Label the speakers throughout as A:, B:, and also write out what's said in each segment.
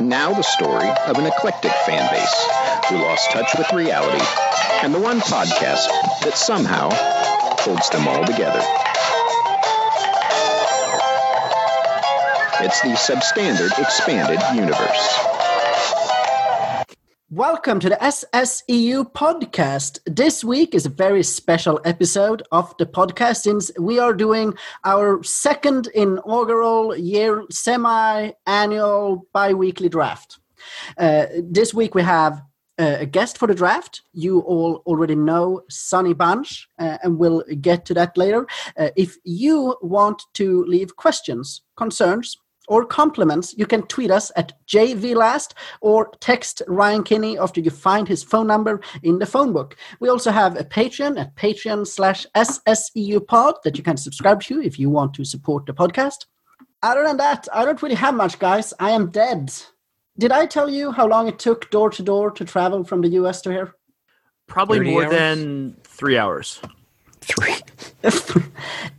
A: Now the story of an eclectic fan base who lost touch with reality and the one podcast that somehow holds them all together. It's the Substandard Expanded Universe.
B: Welcome to the SSEU podcast. This week is a very special episode of the podcast since we are doing our second inaugural year semi annual bi weekly draft. Uh, this week we have uh, a guest for the draft. You all already know Sonny Bunch, uh, and we'll get to that later. Uh, if you want to leave questions, concerns, or compliments, you can tweet us at JVLast or text Ryan Kinney after you find his phone number in the phone book. We also have a Patreon at patreon slash SSEU pod that you can subscribe to if you want to support the podcast. Other than that, I don't really have much, guys. I am dead. Did I tell you how long it took door to door to travel from the US to here?
C: Probably
D: 30
C: more
D: hours?
C: than three hours.
D: Three.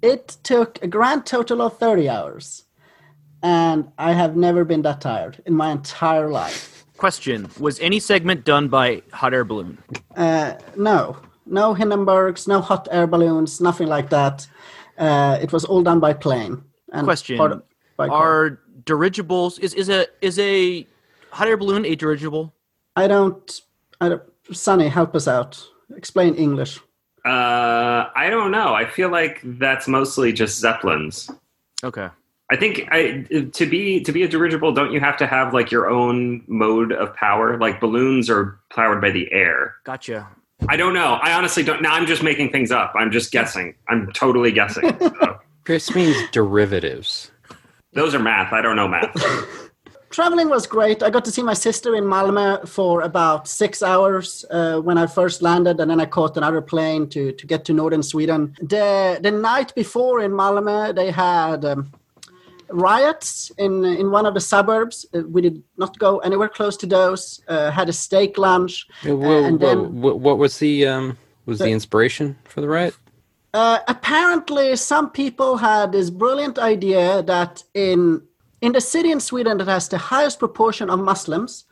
B: it took a grand total of 30 hours. And I have never been that tired in my entire life.
C: Question: Was any segment done by hot air balloon?
B: Uh, no, no Hindenburgs, no hot air balloons, nothing like that. Uh, it was all done by plane. And
C: Question:
B: part- by car.
C: Are dirigibles is is a is a hot air balloon a dirigible?
B: I don't. I don't. Sonny, help us out. Explain English.
E: Uh, I don't know. I feel like that's mostly just zeppelins.
C: Okay.
E: I think I to be to be a dirigible, don't you have to have like your own mode of power? Like balloons are powered by the air.
C: Gotcha.
E: I don't know. I honestly don't. Now I'm just making things up. I'm just guessing. I'm totally guessing. So,
D: This means derivatives.
E: those are math. I don't know math.
B: traveling was great. I got to see my sister in Malmö for about six hours uh, when I first landed, and then I caught another plane to, to get to northern Sweden. The the night before in Malmö, they had um, riots in in one of the suburbs. Uh, we did not go anywhere close to those. Uh, had a steak lunch.
D: Whoa, whoa,
B: Uh, and then-
D: whoa. What was the um, was the inspiration for the riot?
B: Uh, apparently, some people had this brilliant idea that in in the city in Sweden that has the highest proportion of Muslims,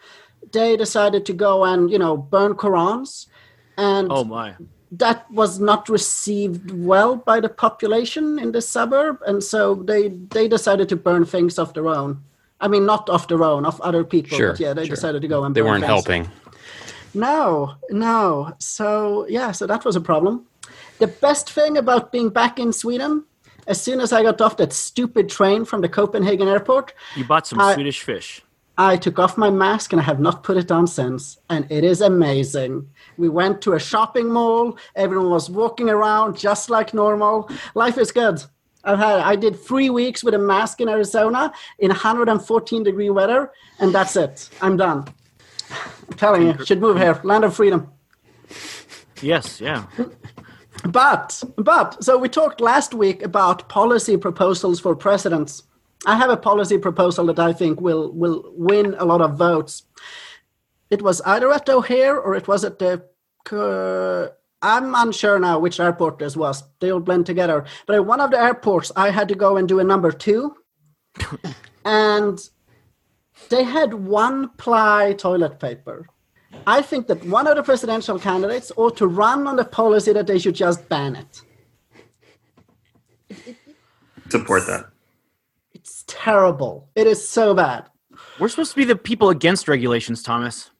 B: they decided to go and you know burn Korans, and
C: Oh my.
B: that was not received well by the population in the suburb, and so they they decided to burn things of their own. I mean, not of their own, of other people.
D: Sure,
B: but yeah, they
D: sure.
B: decided to go and
D: They
B: burn
D: weren't
B: things.
D: helping.
B: No, no. So yeah, so that was a problem. The best thing about being back in Sweden, as soon as I got off that stupid train from the Copenhagen airport,
C: You bought some
B: I-
C: Swedish fish.
B: I took off my mask and I have not put it on since. And it is amazing. We went to a shopping mall. Everyone was walking around just like normal. Life is good. I've had, I did three weeks with a mask in Arizona in 114 degree weather, and that's it. I'm done. I'm telling you, should move here. Land of freedom.
C: Yes. Yeah.
B: But, but, so we talked last week about policy proposals for presidents. I have a policy proposal that I think will, will win a lot of votes. It was either at O'Hare or it was at the. Uh, I'm unsure now which airport this was. They all blend together. But at one of the airports, I had to go and do a number two. and they had one ply toilet paper. I think that one of the presidential candidates ought to run on the policy that they should just ban it.
E: Support that.
B: It's terrible. It is so bad.
C: We're supposed to be the people against regulations, Thomas.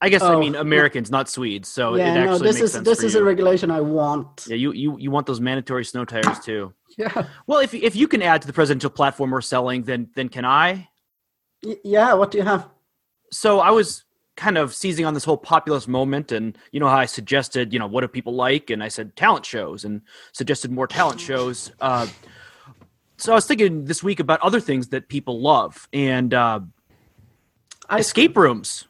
C: I guess I
B: Oh.
C: mean Americans, not Swedes. So it
B: yeah,
C: actually
B: no, this
C: makes
B: is
C: sense
B: this
C: for
B: is
C: you.
B: a regulation I want.
C: yeah, you, you you want those mandatory snow tires too.
B: Yeah.
C: Well, if if you can add to the presidential platform we're selling, then then can I?
B: Y- yeah, what do you have?
C: so I was kind of seizing on this whole populist moment and you know how I suggested, you know, what do people like? And I said talent shows and suggested more talent shows. Uh, so I was thinking this week about other things that people love and uh,
B: I
C: escape rooms.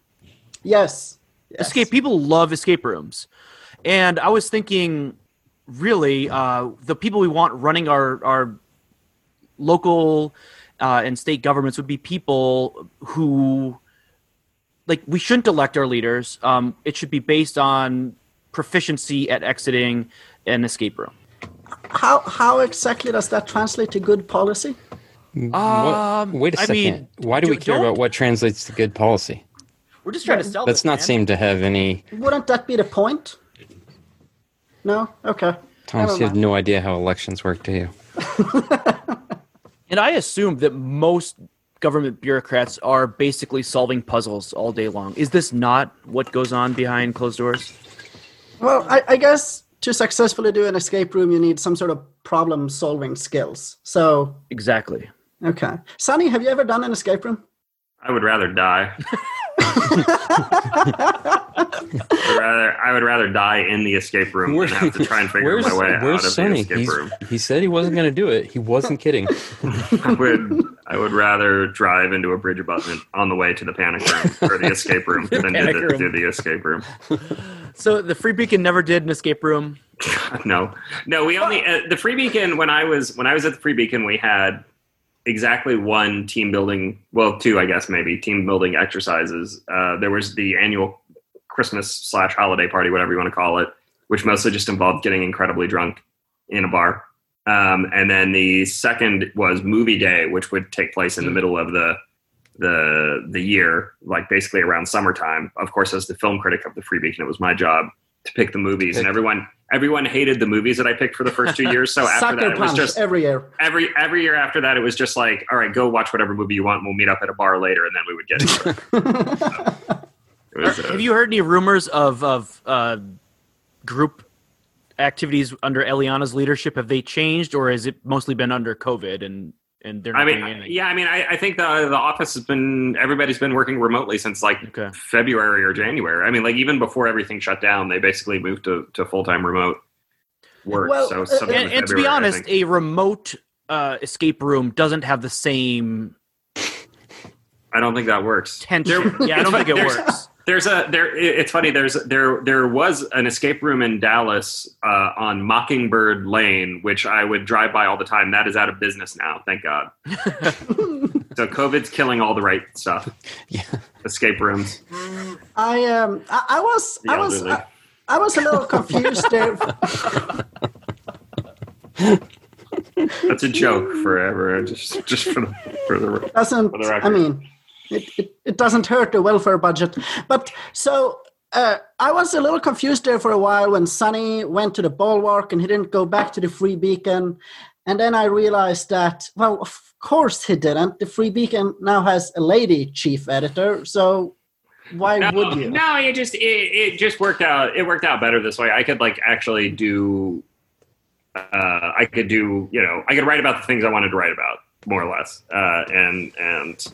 B: Yes. Yes.
C: Escape people love escape rooms. And I was thinking really uh, the people we want running our our local uh, and state governments would be people who like we shouldn't elect our leaders. Um, it should be based on proficiency at exiting an escape room.
B: How how exactly does that translate to good policy?
C: Um,
D: Wait a
C: I
D: second.
C: mean,
D: Why do we
C: d-
D: care
C: don't-
D: about what translates to good policy?
C: We're just trying to sell.
D: That's
C: this,
D: not
C: man.
D: seem to have any.
B: Wouldn't that be the point? No? Okay.
D: Thomas,
B: Never
D: you have
B: mind.
D: no idea how elections work, do you?
C: And I assume that most government bureaucrats are basically solving puzzles all day long. Is this not what goes on behind closed doors?
B: Well, I, I guess to successfully do an escape room, you need some sort of problem solving skills. So,
C: Exactly.
B: okay. Sonny, have you ever done an escape room?
E: I would rather die. I'd rather, I would rather die in the escape room
D: Where-
E: than have to try and figure
D: Where's,
E: my way out of
D: where's
E: the
D: Sonny?
E: escape
D: He's-
E: room.
D: He said he wasn't going to do it. He wasn't kidding.
E: I would, I would rather drive into a bridge abutment on the way to the panic room or the escape room than do
C: panic
E: the,
C: room.
E: do the escape room.
C: So the Free Beacon never did an escape room.
E: No, no. We only uh, the Free Beacon when I was when I was at the Free Beacon we had exactly one team building. Well, two I guess maybe team building exercises. Uh, there was the annual Christmas slash holiday party, whatever you want to call it, which mostly just involved getting incredibly drunk in a bar. Um, and then the second was movie day, which would take place in
B: Hmm.
E: the middle of the the the year, like basically around summertime. Of course, as the film critic of the Free Beacon, it was my job to pick the movies, and
D: Pick.
E: everyone everyone hated the movies that I picked for the first two years. So Oh, after
B: Sucker
E: that, it was
B: punch
E: just
B: every year.
E: every every year after that, it was just like, all right, go watch whatever movie you want. and We'll meet up at a bar later, and then we would get into it. It was, uh,
C: Have you heard any rumors of of uh, group activities under Eliana's leadership? Have they changed, or has it mostly been under COVID and and they're not
E: uh, I
C: doing anything?
E: mean, yeah, I mean, I, I think the the office has been everybody's been working remotely since like
C: Okay.
E: February or January. I mean, like even before everything shut down, they basically moved to, to full time remote work.
B: Well,
E: so
B: uh,
E: something
C: And,
E: in
C: and to
E: February,
C: be
E: I
C: honest,
E: think.
C: a remote uh, escape room doesn't have the same
E: I don't think that works.
C: tension. yeah, I don't think it
E: There's-
C: works.
E: There's a there. i- It's funny. There's there there was an escape room in Dallas uh, on Mockingbird Lane, which I would drive by all the time. That is out of business now. Thank God. so COVID's killing all the right stuff.
D: Yeah.
E: Escape rooms.
B: I um I, I was
E: The
B: I was
E: elderly.
B: I, I was a little confused there.
E: That's a joke forever. Just just for the for the.
B: Doesn't
E: For the
B: I
E: record.
B: mean it, it, it doesn't hurt the welfare budget. But so uh, I was a little confused there for a while when Sonny went to the bulwark and he didn't go back to the free beacon. And then I realized that well of course he didn't. The free beacon now has a lady chief editor, so why would you?
E: No, it just it, it just worked out. It worked out better this way. I could like actually do. Uh, I could do you know I could write about the things I wanted to write about more or less, uh, and and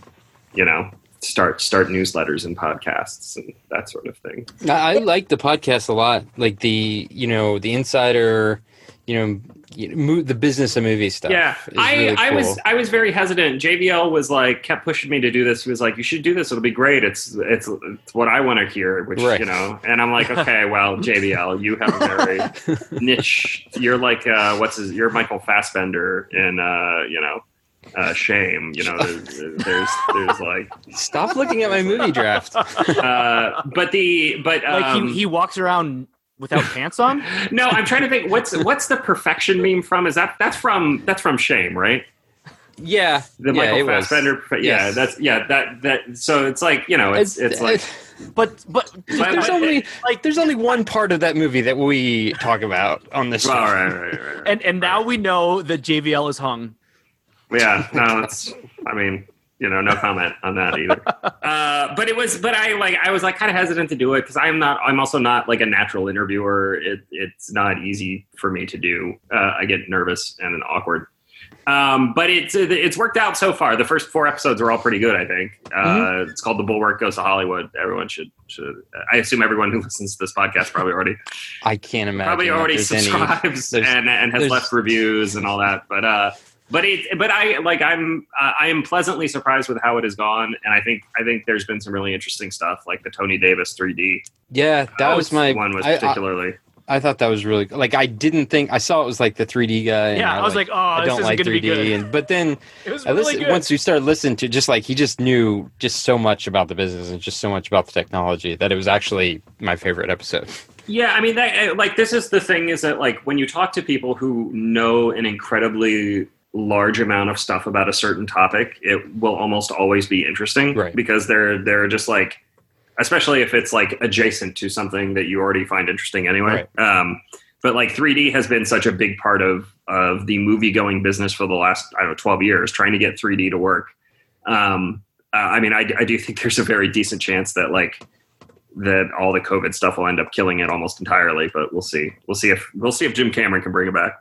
E: you know start start newsletters and podcasts and that sort of thing.
D: I I like the podcast a lot. Like the you know the insider, you know, you know, mo- the business of movie stuff.
E: Yeah,
D: is
E: I,
D: really
E: I was
D: cool.
E: I was very hesitant. JVL was like kept pushing me to do this. He was like, "You should do this. It'll be great. It's it's, it's what I want to hear." Which
D: Right.
E: you know, and I'm like, "Okay, well, JVL, you have a very niche. You're like uh, what's his? You're Michael Fassbender in uh, you know." Uh, shame, you know. There's, there's, there's like,
D: Stop looking at my movie draft.
E: uh, but the, but um,
C: like he, he walks around without pants on.
E: no, I'm trying to think. What's what's the perfection meme from? Is that that's from that's from Shame, right?
D: Yeah,
E: the
D: yeah, it
E: Michael
D: was.
E: Fassbender. Yeah,
D: Yes.
E: that's yeah that that. So it's like you know it's it's, like
C: But but
E: But-
D: there's
E: but-
D: only like there's only one part of that movie that we talk about on this show.
E: well, all right, right, right, right.
C: and and now we know that JVL is hung.
E: yeah, no, it's. I mean, you know, no comment on that either. Uh, but it was, but I like, I was like kind of hesitant to do it because I'm not. I'm also not like a natural interviewer. It, it's not easy for me to do. Uh, I get nervous and then awkward. Um, but it's it's worked out so far. The first four episodes were all pretty good, I think. Uh,
D: Mm-hmm.
E: It's called "The Bulwark Goes to Hollywood." Everyone should should. I assume everyone who listens to this podcast probably already
D: I can't imagine.
E: probably
D: that
E: already
D: there's any-
E: subscribes
D: there's-
E: and, and has
D: there's-
E: left reviews and all that but uh but it but i like i'm uh, i am pleasantly surprised with how it has gone and i think i think there's been some really interesting stuff like the tony davis 3d
D: yeah, that was my
E: one was
D: I- I,
E: particularly
D: I thought that was really like I didn't think I saw it was like the 3D guy. and
C: Yeah, I was like, oh,
D: I
C: this
D: don't
C: isn't
D: like
C: gonna
D: 3D,
C: be good.
D: and but then
C: It was
D: I
C: really
D: listen-
C: good.
D: once you start listening to just like he just knew just so much about the business and just so much about the technology that it was actually my favorite episode.
E: Yeah, I mean, eh, that, uh, like this is the thing is that like when you talk to people who know an incredibly large amount of stuff about a certain topic, it will almost always be interesting
D: Right.
E: because they're they're just like, especially if it's like adjacent to something that you already find interesting anyway. Um, but like 3D has been such a big part of of the movie going business for the last I don't know 12 years, trying to get 3D to work. Um, uh, I mean, I, I do think there's a very decent chance that like that all the COVID stuff will end up killing it almost entirely, but we'll see. We'll see if we'll see if Jim Cameron can bring it back.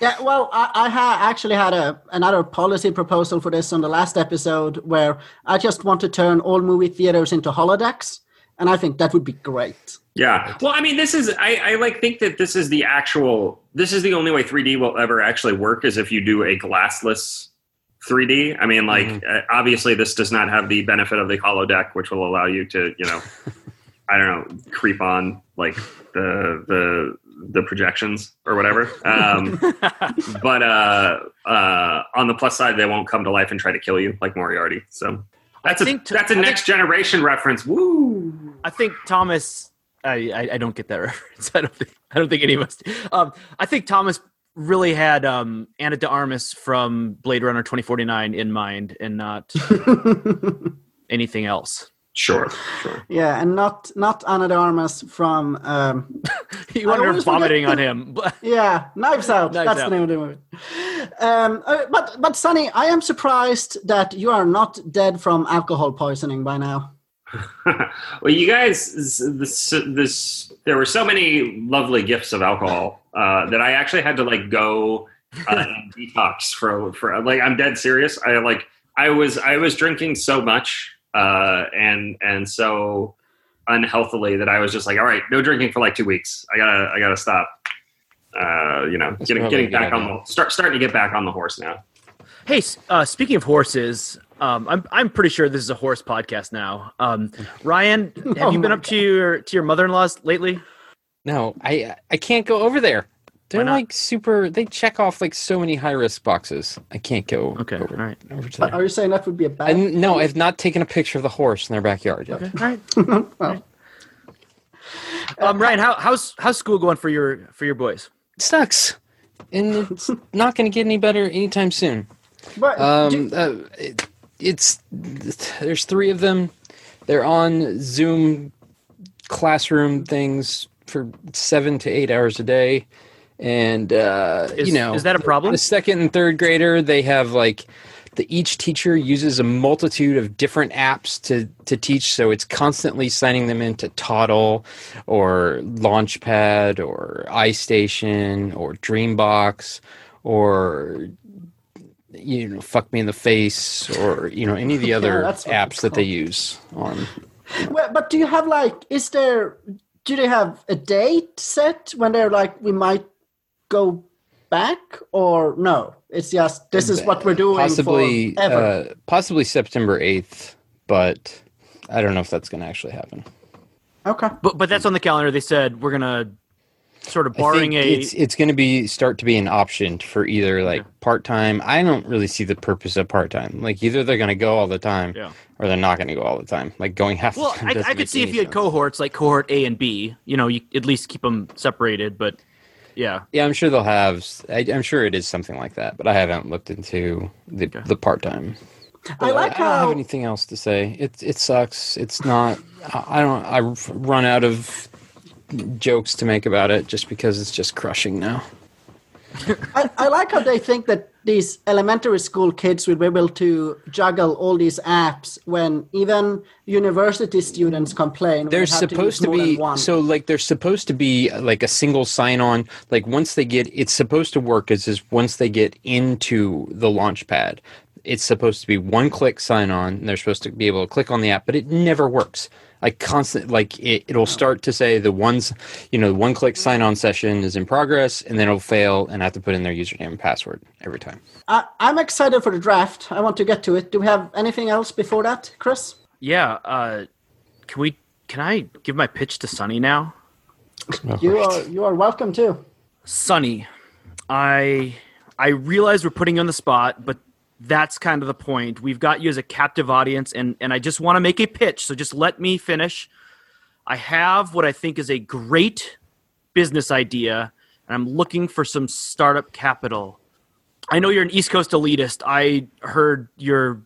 B: Yeah, well, I, I ha- actually had a another policy proposal for this on the last episode, where I just want to turn all movie theaters into holodecks, and I think that would be great.
E: Yeah. Well, I mean, this is I, I like think that this is the actual this is the only way 3D will ever actually work is if you do a glassless 3D. I mean,
C: Mm-hmm.
E: like
D: Mhm.
E: uh, obviously this does not have the benefit of the holodeck, which will allow you to you know I don't know creep on like the the the projections or whatever. Um, but uh, uh, on the plus side, they won't come to life and try to kill you like Moriarty. So that's a
C: think to-
E: that's a
C: I think-
E: next generation reference. Woo!
C: I think Thomas. I, I, I don't get that reference. I don't think I don't think any of us. Um, I think Thomas really had um, Anna de Armas from Blade Runner twenty forty nine in mind, and not anything else.
E: Sure, sure.
B: Yeah, and not not Ana de Armas from um,
C: You wonder
B: always
C: if
B: forget
C: vomiting
B: the-
C: on him. But
B: Yeah, Knives Out.
C: Knives
B: That's
C: Out.
B: the name of the movie. Um, uh, but but Sonny, I am surprised that you are not dead from alcohol poisoning by now.
E: well, you guys, this, this, there were so many lovely gifts of alcohol uh, that I actually had to like go uh, and detox for for like I'm dead serious. I like I was I was drinking so much uh, and and so unhealthily that I was just like, all right, no drinking for like two weeks. I gotta I gotta stop. Uh, you know,
D: That's
E: getting
D: probably a
E: getting
D: good
E: back on
D: idea.
E: the start starting to get back on the horse now.
C: hey, s- uh, speaking of horses, um, I'm I'm pretty sure this is a horse podcast now. Um, Ryan, have
B: Oh
C: you been
B: my
C: up to your to your mother in law's lately?
D: No, I I can't go over there. They're
C: not?
D: like super. They check off like so many high risk boxes. I can't go
C: Okay, all
D: over,
C: right, uh,
D: over to
B: But
D: there.
B: are you saying that would be a bad?
D: And no, I've not taken a picture of the horse in their backyard yet.
C: okay, all right. Um, Ryan, how, how's how's school going for your for your boys?
D: It sucks, and it's not going to get any better anytime soon.
B: but
D: Um,
B: do-
D: uh, it, it's there's three of them. They're on Zoom classroom things for seven to eight hours a day, and uh,
C: Is,
D: you know
C: is that a problem?
D: the second and third grader they have like the each teacher uses a multitude of different apps to to teach so it's constantly signing them into toddle or launchpad or istation or dreambox or you know fuck me in the face or you know any of the other
B: that's what it's
D: apps that they
B: called.
D: use on
B: well, but do you have like? Is there? Do they have a date set when they're like we might go back or no? It's just this is what we're doing
D: possibly
B: forever.
D: uh, possibly september 8th but i don't know if that's going to actually happen
B: okay.
C: But but that's on the calendar. They said we're gonna sort of barring
D: I
C: a
D: think it's it's going to be start to be an option for either like part time. I don't really see the purpose of part time. Like either they're going to go all the time,
C: Yeah.
D: or they're not going to go all the time. Like going half.
C: well.
D: the time
C: I,
D: doesn't
C: I could
D: make
C: see if
D: any
C: you had
D: sense.
C: cohorts like cohort A and B. You know, you at least keep them separated. But yeah,
D: Yeah, I'm sure they'll have. s- I, am sure it is something like that, but I haven't looked into the
C: Okay.
D: the part time.
B: I like
D: I don't have
B: how
D: anything else to say. It it sucks. It's not. I I don't. I run out of jokes to make about it just because it's just crushing now.
B: I, I like how they think that these elementary school kids will be able to juggle all these apps when even university students complain. when
D: they're
B: they have use
D: supposed to,
B: more than
D: be
B: one.
D: so like there's supposed to be uh, like a single sign on like once they get it's supposed to work is is once they get into the launch pad it's supposed to be one click sign on and they're supposed to be able to click on the app but it never works like constant like it,
B: Oh.
D: it'll start to say the ones you know the one click sign on session is in progress and then it'll fail and I have to put in their username and password every time
B: I, I'm excited for the draft. I want to get to it. Do we have anything else before that, Chris?
C: yeah. Uh, can we? Can I give my pitch to Sunny now?
B: You are you are welcome too.
C: Sunny, I I realize we're putting you on the spot, but that's kind of the point. We've got you as a captive audience, and and I just want to make a pitch. So just let me finish. I have what I think is a great business idea, and I'm looking for some startup capital. I know you're an East Coast elitist. I heard your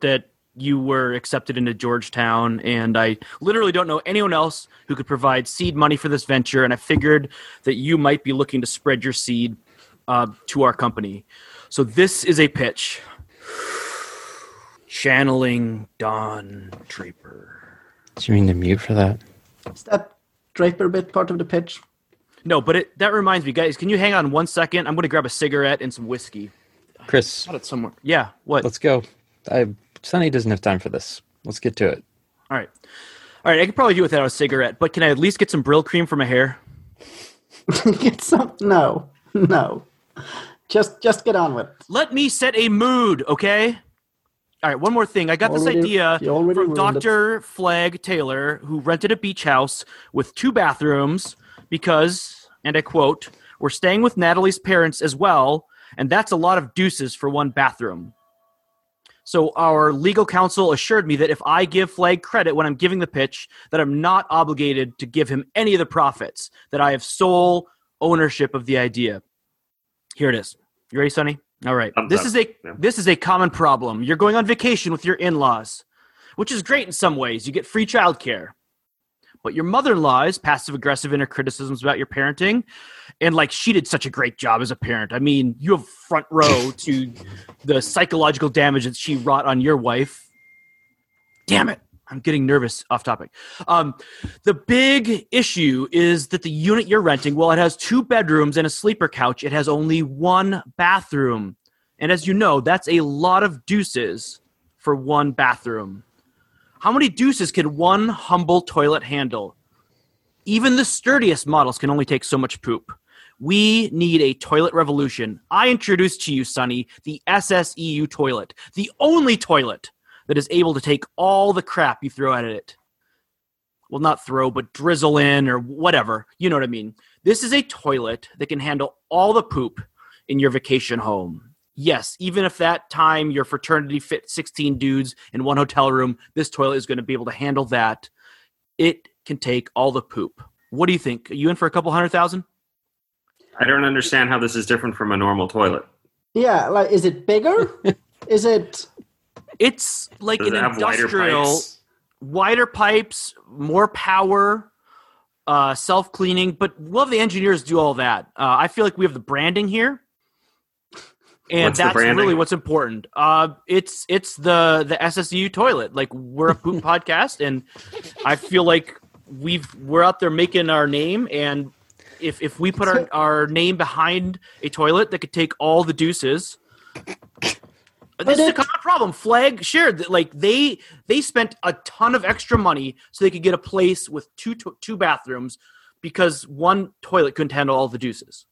C: that you were accepted into Georgetown, and I literally don't know anyone else who could provide seed money for this venture. And I figured that you might be looking to spread your seed uh, to our company. So this is a pitch. Channeling Don Draper.
D: Do you mean to mute for that?
B: Is that Draper bit part of the pitch?
C: No, but it, that reminds me, guys. Can you hang on one second? I'm going to grab a cigarette and some whiskey.
D: Chris,
C: Got it somewhere. Yeah. What?
D: let's go. I, Sonny doesn't have time for this. Let's get to it.
C: All right. All right. I could probably do without a cigarette, but can I at least get some Brill cream for my hair?
B: get some? No, no. Just just get on with. it.
C: Let me set a mood, okay? All right, one more thing. I got
B: Already-
C: this idea
B: you already
C: from
B: ruined it.
C: Dr. Flag Taylor, who rented a beach house with two bathrooms because, and I quote, we're staying with Natalie's parents as well, and that's a lot of deuces for one bathroom. So our legal counsel assured me that if I give Flag credit when I'm giving the pitch, that I'm not obligated to give him any of the profits, that I have sole ownership of the idea. Here it is. You ready, Sonny? All right.
E: Thumbs
C: this
E: up.
C: is a
E: Yeah.
C: this is a common problem. You're going on vacation with your in-laws, which is great in some ways. You get free childcare. But your mother-in-law is passive aggressive in her criticisms about your parenting. And like she did such a great job as a parent. I mean, you have front row to the psychological damage that she wrought on your wife. Damn it. I'm getting nervous off topic. Um, the big issue is that the unit you're renting, well, it has two bedrooms and a sleeper couch. It has only one bathroom. And as you know, that's a lot of deuces for one bathroom. How many deuces can one humble toilet handle? Even the sturdiest models can only take so much poop. We need a toilet revolution. I introduce to you, Sonny, the SSEU toilet, the only toilet that is able to take all the crap you throw at it. Well, not throw, but drizzle in or whatever. You know what I mean. This is a toilet that can handle all the poop in your vacation home. Yes, even if that time your fraternity fit 16 dudes in one hotel room, this toilet is going to be able to handle that. It can take all the poop. What do you think? Are you in for a couple hundred thousand?
E: I don't understand how this is different from a normal toilet.
B: Yeah, like is it bigger? is it?
C: It's like
E: Does
C: an
E: it have wider
C: industrial,
E: pipes?
C: wider pipes, more power, uh, self cleaning. But we'll have the engineers do all that. Uh, I feel like we have the branding here, and
E: What's the
C: that's
E: branding?
C: really what's important. Uh, it's it's the the SSU toilet. Like we're a poop podcast, and I feel like we've we're out there making our name and. If, if we put our, our name behind a toilet that could take all the deuces, this is a
B: it-
C: common problem. Flag shared that like they they spent a ton of extra money so they could get a place with two to- two bathrooms because one toilet couldn't handle all the deuces.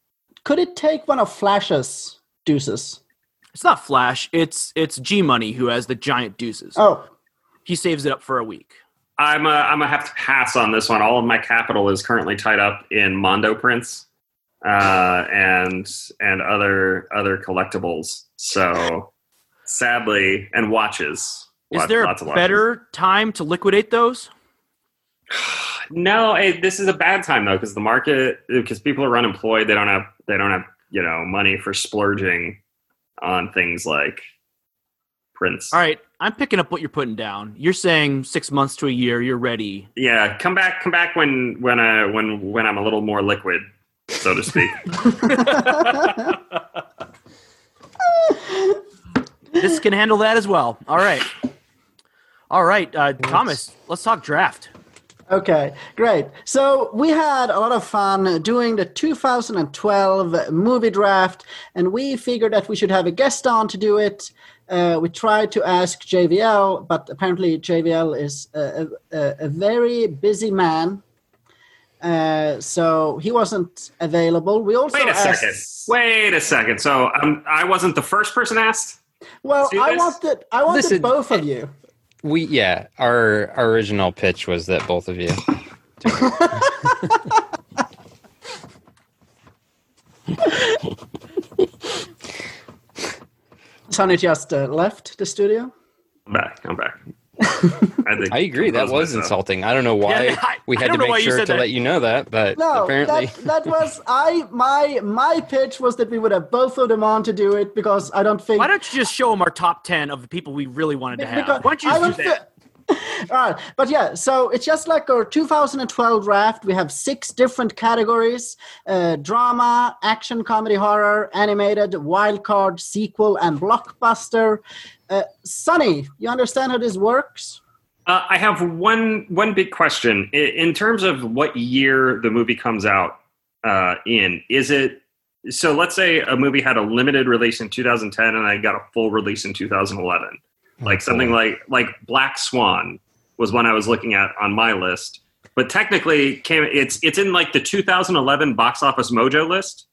B: Could it take one of Flash's deuces?
C: It's not Flash. It's it's G Money who has the giant deuces.
B: Oh,
C: He saves it up for a week.
E: I'm uh, I'm gonna have to pass on this one. All of my capital is currently tied up in Mondo prints uh, and and other other collectibles. So sadly, and watches.
C: Is
E: Lots-
C: there a
E: lots of watches.
C: better time to liquidate those?
E: No, eh, this is a bad time though because the market because people are unemployed. They don't have they don't have you know money for splurging on things like prints.
C: All right, I'm picking up what you're putting down. You're saying six months to a year. You're ready.
E: Yeah, come back come back when when I when when I'm a little more liquid, so to speak.
C: This can handle that as well. All right, all right, uh, Thomas. Let's talk draft.
B: Okay, great. So we had a lot of fun doing the 2012 movie draft, and we figured that we should have a guest on to do it. Uh, we tried to ask JVL, but apparently JVL is a, a, a very busy man, uh, so he wasn't available. We also
E: Wait a
D: uh,
B: asked,
E: second. Wait a second. So um, I wasn't the first person asked.
B: Well,
E: do
B: I
E: this?
B: wanted I wanted
D: Listen,
B: both of you.
D: We yeah, our, our original pitch was that both of you.
B: Sonny just uh, left the studio. uh,
E: I'm back. I'm back. I think
D: I agree. That
E: Compose
D: was
E: myself.
D: insulting. I don't know why
C: Yeah, I-
D: we
C: I
D: had
C: don't
D: to
C: know why
D: make
C: you
D: sure
C: said
D: to
C: that.
D: let you know that, but
B: No,
D: apparently,
B: that, that was I my my pitch was that we would have both of them on to do it because I don't think
C: Why don't you just show them our top ten of the people we really wanted to have?
B: because
C: Why don't you
B: I
C: just do
B: would
C: that?
B: fi- All right, but yeah, so it's just like our 2012 draft. We have six different categories: uh, drama, action, comedy, horror, animated, wildcard, sequel, and blockbuster. Uh, Sonny, you understand how this works?
E: Uh, I have one one big question I- in terms of what year the movie comes out uh, in. Is it so? Let's say a movie had a limited release in 2010, and I got a full release in 2011. Like something like like Black Swan was one I was looking at on my list, but technically came it's it's in like the 2011 box office Mojo list,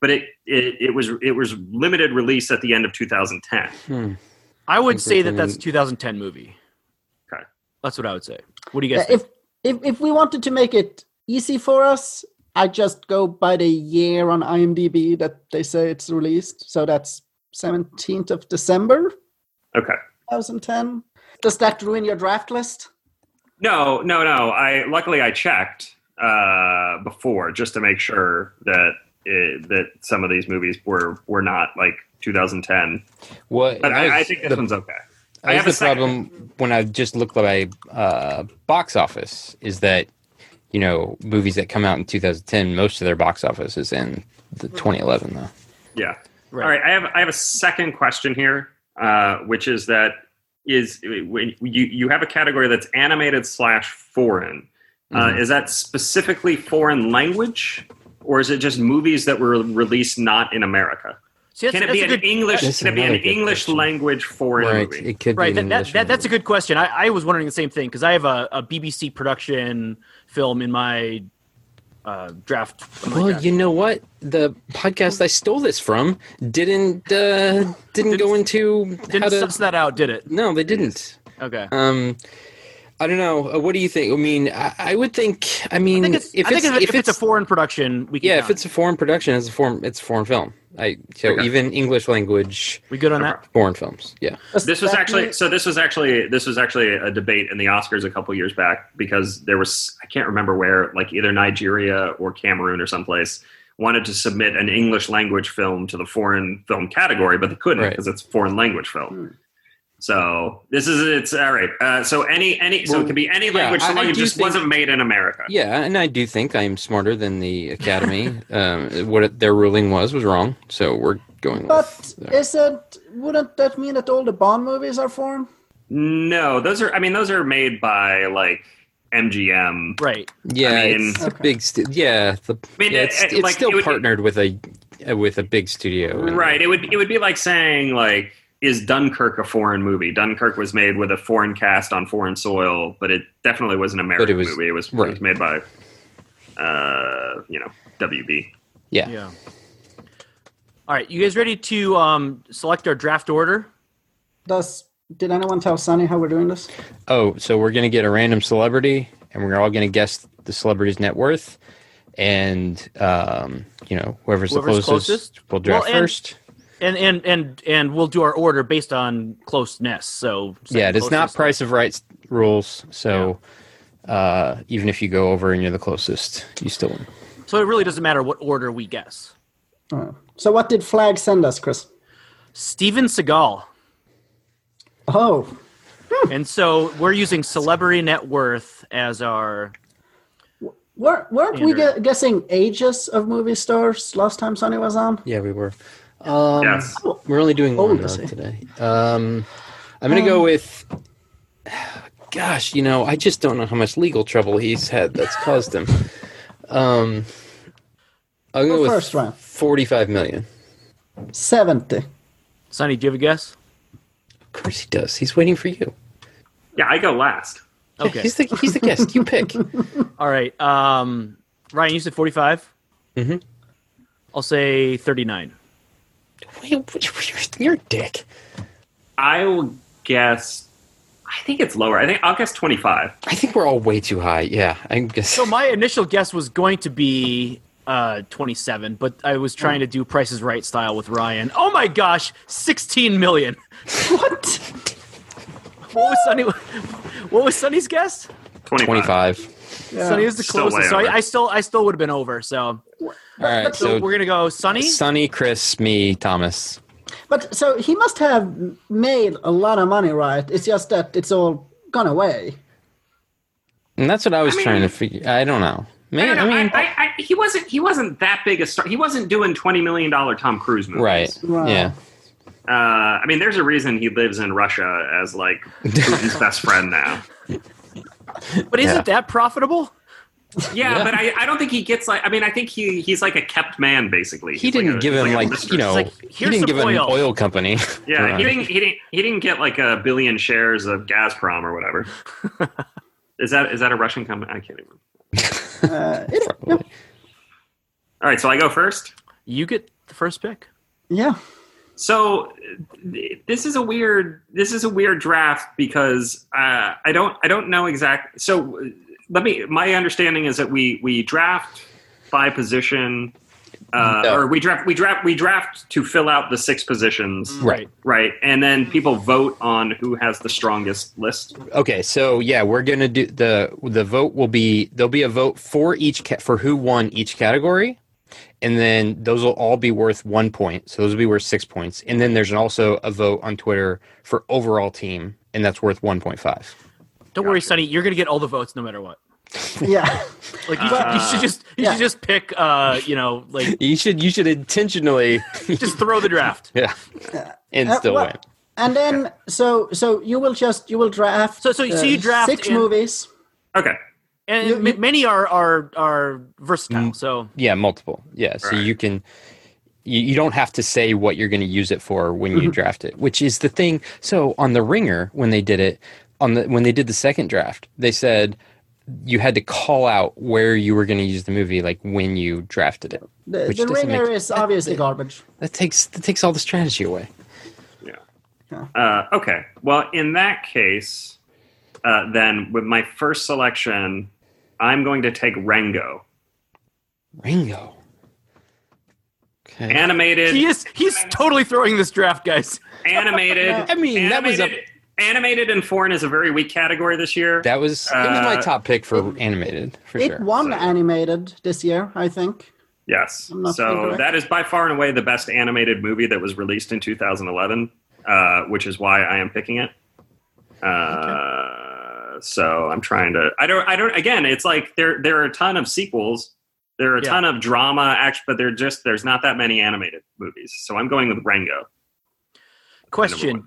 E: but it it, it was it was limited release at the end of 2010.
D: Hmm.
C: I would
D: think
C: say
D: we're
C: that that's
D: doing-
C: 2010 movie.
E: Okay.
C: that's what I would say. What do you guys
B: Uh, if if if we wanted to make it easy for us, I just go by the year on IMDb that they say it's released. So that's 17th of December
E: Okay.
B: 2010. Does that ruin your draft list?
E: No, no, no. I luckily I checked uh, before just to make sure that it, that some of these movies were were not like 2010.
D: what?
E: But
D: that
E: I, I
D: was
E: think this
D: the,
E: one's okay.
D: that
E: I
D: was
E: have a
D: the problem when I just looked at my uh, box office is that you know movies that come out in 2010, most of their box office is in the
C: Hmm.
D: 2011 though.
E: Yeah.
C: Right.
E: All right. I have I have a second question here, uh, which is that is when you you have a category that's animated slash foreign. Uh,
D: Mhm.
E: is that specifically foreign language, or is it just movies that were released not in America?
C: See, that's,
E: Can it
C: that's
E: be
C: a
E: an
C: good-
E: English?
D: That's
E: Can it be an
D: another good
E: English
D: question.
E: language foreign
D: Right,
E: movie?
D: it could
C: right
D: be
C: that,
D: an
C: that,
D: English
C: that that's a
D: language.
C: good question i, I was wondering the same thing because i have a, a bbc production film in my uh, draft in my
D: Well,
C: draft.
D: you know what? The podcast I stole this from didn't uh, didn't go into how
C: didn't
D: to.
C: suss that out did it
D: No, they didn't.
C: okay
D: Um, I don't know. Uh, What do you think? I mean, I, I would think. I
C: I
D: mean,
C: think it's,
D: if,
C: I think
D: it's,
C: if,
D: if, it's,
C: a foreign production, we can
D: yeah, if
C: count it.
D: it's a foreign production, it's a foreign it's a foreign film. I so
E: Okay.
D: even English language
C: we good on that.
D: foreign films. Yeah,
B: Does
E: This was
B: that
E: actually
B: mean-
E: so. This was actually this was actually a debate in the Oscars a couple years back because there was I can't remember where like either Nigeria or Cameroon or someplace wanted to submit an English language film to the foreign film category, but they couldn't
D: Right.
E: because it's foreign language film. So this is it's all right. Uh, so any any so it
D: Well,
E: could be any language
D: I-
E: so long
D: I
E: it
D: do
E: just
D: think-
E: wasn't made in America.
D: yeah, and I do think I am smarter than the Academy. um, what it- their ruling was was wrong, so we're going.
B: But
D: with that.
B: isn't wouldn't that mean that all the Bond movies are foreign?
E: No, those are I mean those are made by like MGM.
C: Right.
D: Yeah,
E: I mean-
D: it's
B: Okay.
D: a big. Stu- yeah, the,
E: mean,
D: yeah,
E: it-
D: it's,
E: it-
D: it's
E: like,
D: still
E: it would-
D: partnered with a uh, with a big studio. and-
E: Right. It would it would be like saying like is Dunkirk a foreign movie? Dunkirk was made with a foreign cast on foreign soil, but it definitely was an American
D: was-
E: movie. It was, it was
D: right.
E: made by uh, you know, WB.
D: Yeah.
C: Yeah. All right, you guys ready to um, select our draft order?
B: Does did anyone tell Sonny how we're doing this?
D: Oh, so we're gonna get a random celebrity, and we're all gonna guess the celebrity's net worth, and um, you know whoever's,
C: Whoever's
D: the closest,
C: closest.
D: will draft
C: Well, and-
D: first.
C: And and and and we'll do our order based on closeness. So
D: Yeah,
C: second
D: it's not
C: closest.
D: price of rights rules. So uh, even if you go over and you're the closest, you still win.
C: So it really doesn't matter what order we guess.
B: Uh, so what did Flag send us, Chris?
C: Steven Seagal.
B: Oh,
C: And so we're using celebrity net worth as our.
B: weren't, weren't we
C: Andrew.
B: gu- guessing ages of movie stars last time Sonny was on?
D: Yeah, we were. Um,
E: yes.
D: We're only doing
B: Oh,
D: one
B: does
D: though
B: it?
D: today. Um, I'm gonna go with. Gosh, you know, I just don't know how much legal trouble he's had that's caused him. Um, I'll go
B: Well,
D: with
B: first round.
D: forty-five million.
B: 70.
C: Sonny, do you have a guess?
D: Of course he does. He's waiting for you.
E: Yeah, I go last.
D: Yeah,
C: Okay.
D: he's the he's the guest. You pick.
C: All right. Um, Ryan, you said 45?
D: Mhm.
C: I'll say 39.
D: Wait, You're a dick.
E: I will guess I think it's lower. I think I'll guess twenty five.
D: I think we're all way too high. Yeah, I guess.
C: So my initial guess was going to be uh, 27, but I was trying to do Price is Right style with Ryan. Oh my gosh, 16 million.
B: What?
C: What was Sonny? What was Sunny's guess?
E: 25.
D: 25.
B: Yeah.
C: Sunny was the
E: Still
C: closest,
E: way
C: so
E: over.
C: I, I still I still would have been over. So,
D: All right,
C: so
D: so
C: we're gonna go Sunny.
D: Sunny, Chris, me, Thomas.
B: But so he must have made a lot of money, right? It's just that it's all gone away.
D: And that's what I was
E: I mean-
D: trying to figure. I don't know.
E: I
D: Maybe,
E: don't know. I
D: mean,
E: I, I, he wasn't. He wasn't that big a star. He wasn't doing twenty million dollar Tom Cruise movies.
D: right?
B: Wow.
D: Yeah.
E: Uh, I mean, there's a reason he lives in Russia as like Putin's best friend now.
C: But isn't
D: Yeah.
C: that profitable?
E: Yeah,
D: Yeah.
E: but I, I don't think he gets like. I mean, I think he he's like a kept man basically.
D: He
E: He's like
D: didn't
E: a-
D: give
E: he's
D: him
E: a
D: like,
E: mistress.
D: you know
C: like,
D: he
C: here's
D: didn't
C: some
D: give him an
C: oil.
D: oil company.
E: Yeah,
D: Right.
E: he didn't. He didn't. He didn't get like a billion shares of Gazprom or whatever. is that is that a Russian company? I can't even.
B: Uh, it-
D: Probably.
E: All right, so I go first.
C: You get the first pick.
B: yeah.
E: So th- this is a weird this is a weird draft because uh, I don't I don't know exact. So uh, let me. My understanding is that we we draft by position, uh,
D: No.
E: or we draft we draft we draft to fill out the six positions,
D: Right.
E: right? And then people vote on who has the strongest list.
D: Okay, so yeah, we're gonna do the the vote will be there'll be a vote for each ca- for who won each category, and then those will all be worth one point. So those will be worth six points, and then there's also a vote on Twitter for overall team, and that's worth one point five.
C: Don't worry, Sunny. You're gonna get all the votes no matter what.
B: Yeah.
C: Like you, should,
E: Uh,
C: you should just you
B: Yeah.
C: should just pick. Uh, you know, like
D: You should you should intentionally,
C: just throw the draft.
D: yeah, and
B: Uh,
D: still
B: well,
D: win.
B: And then so so you will just you will draft uh,
C: So- so- so you draft
B: six
C: in-
B: movies.
E: Okay,
C: And
B: You-
C: ma-
B: you-
C: many are are are versatile. So
D: Yeah, multiple. Yeah, so
E: Right.
D: you can you, you don't have to say what you're going to use it for when
E: Mm-hmm.
D: you draft it, which is the thing. So on the Ringer, when they did it on the when they did the second draft, they said you had to call out where you were going to use the movie, like when you drafted it.
B: The,
D: Which
B: the
D: doesn't
B: ringer
D: make-
B: is obviously garbage.
D: That takes that takes all the strategy away.
E: Uh, okay. Well, in that case, uh, then with my first selection, I'm going to take Rango,
D: Ringo. Okay.
E: animated.
C: he is he's totally throwing this draft, guys.
E: animated.
D: I mean, that was a-
E: animated- animated and foreign is a very weak category this year.
D: that was that was my
E: Uh,
D: top pick for animated for
B: it
D: sure.
B: won
E: So-
B: animated this year, I think.
E: yes,
B: I'm not
E: so
B: incorrect.
E: that is by far and away the best animated movie that was released in 2011, uh, which is why I am picking it. Uh, So I'm trying to. I don't. I don't. Again, it's like there. There are a ton of sequels. There are a
C: Yeah.
E: ton of drama, act, but there just there's not that many animated movies. So I'm going with Rango. number
C: Question:
E: one.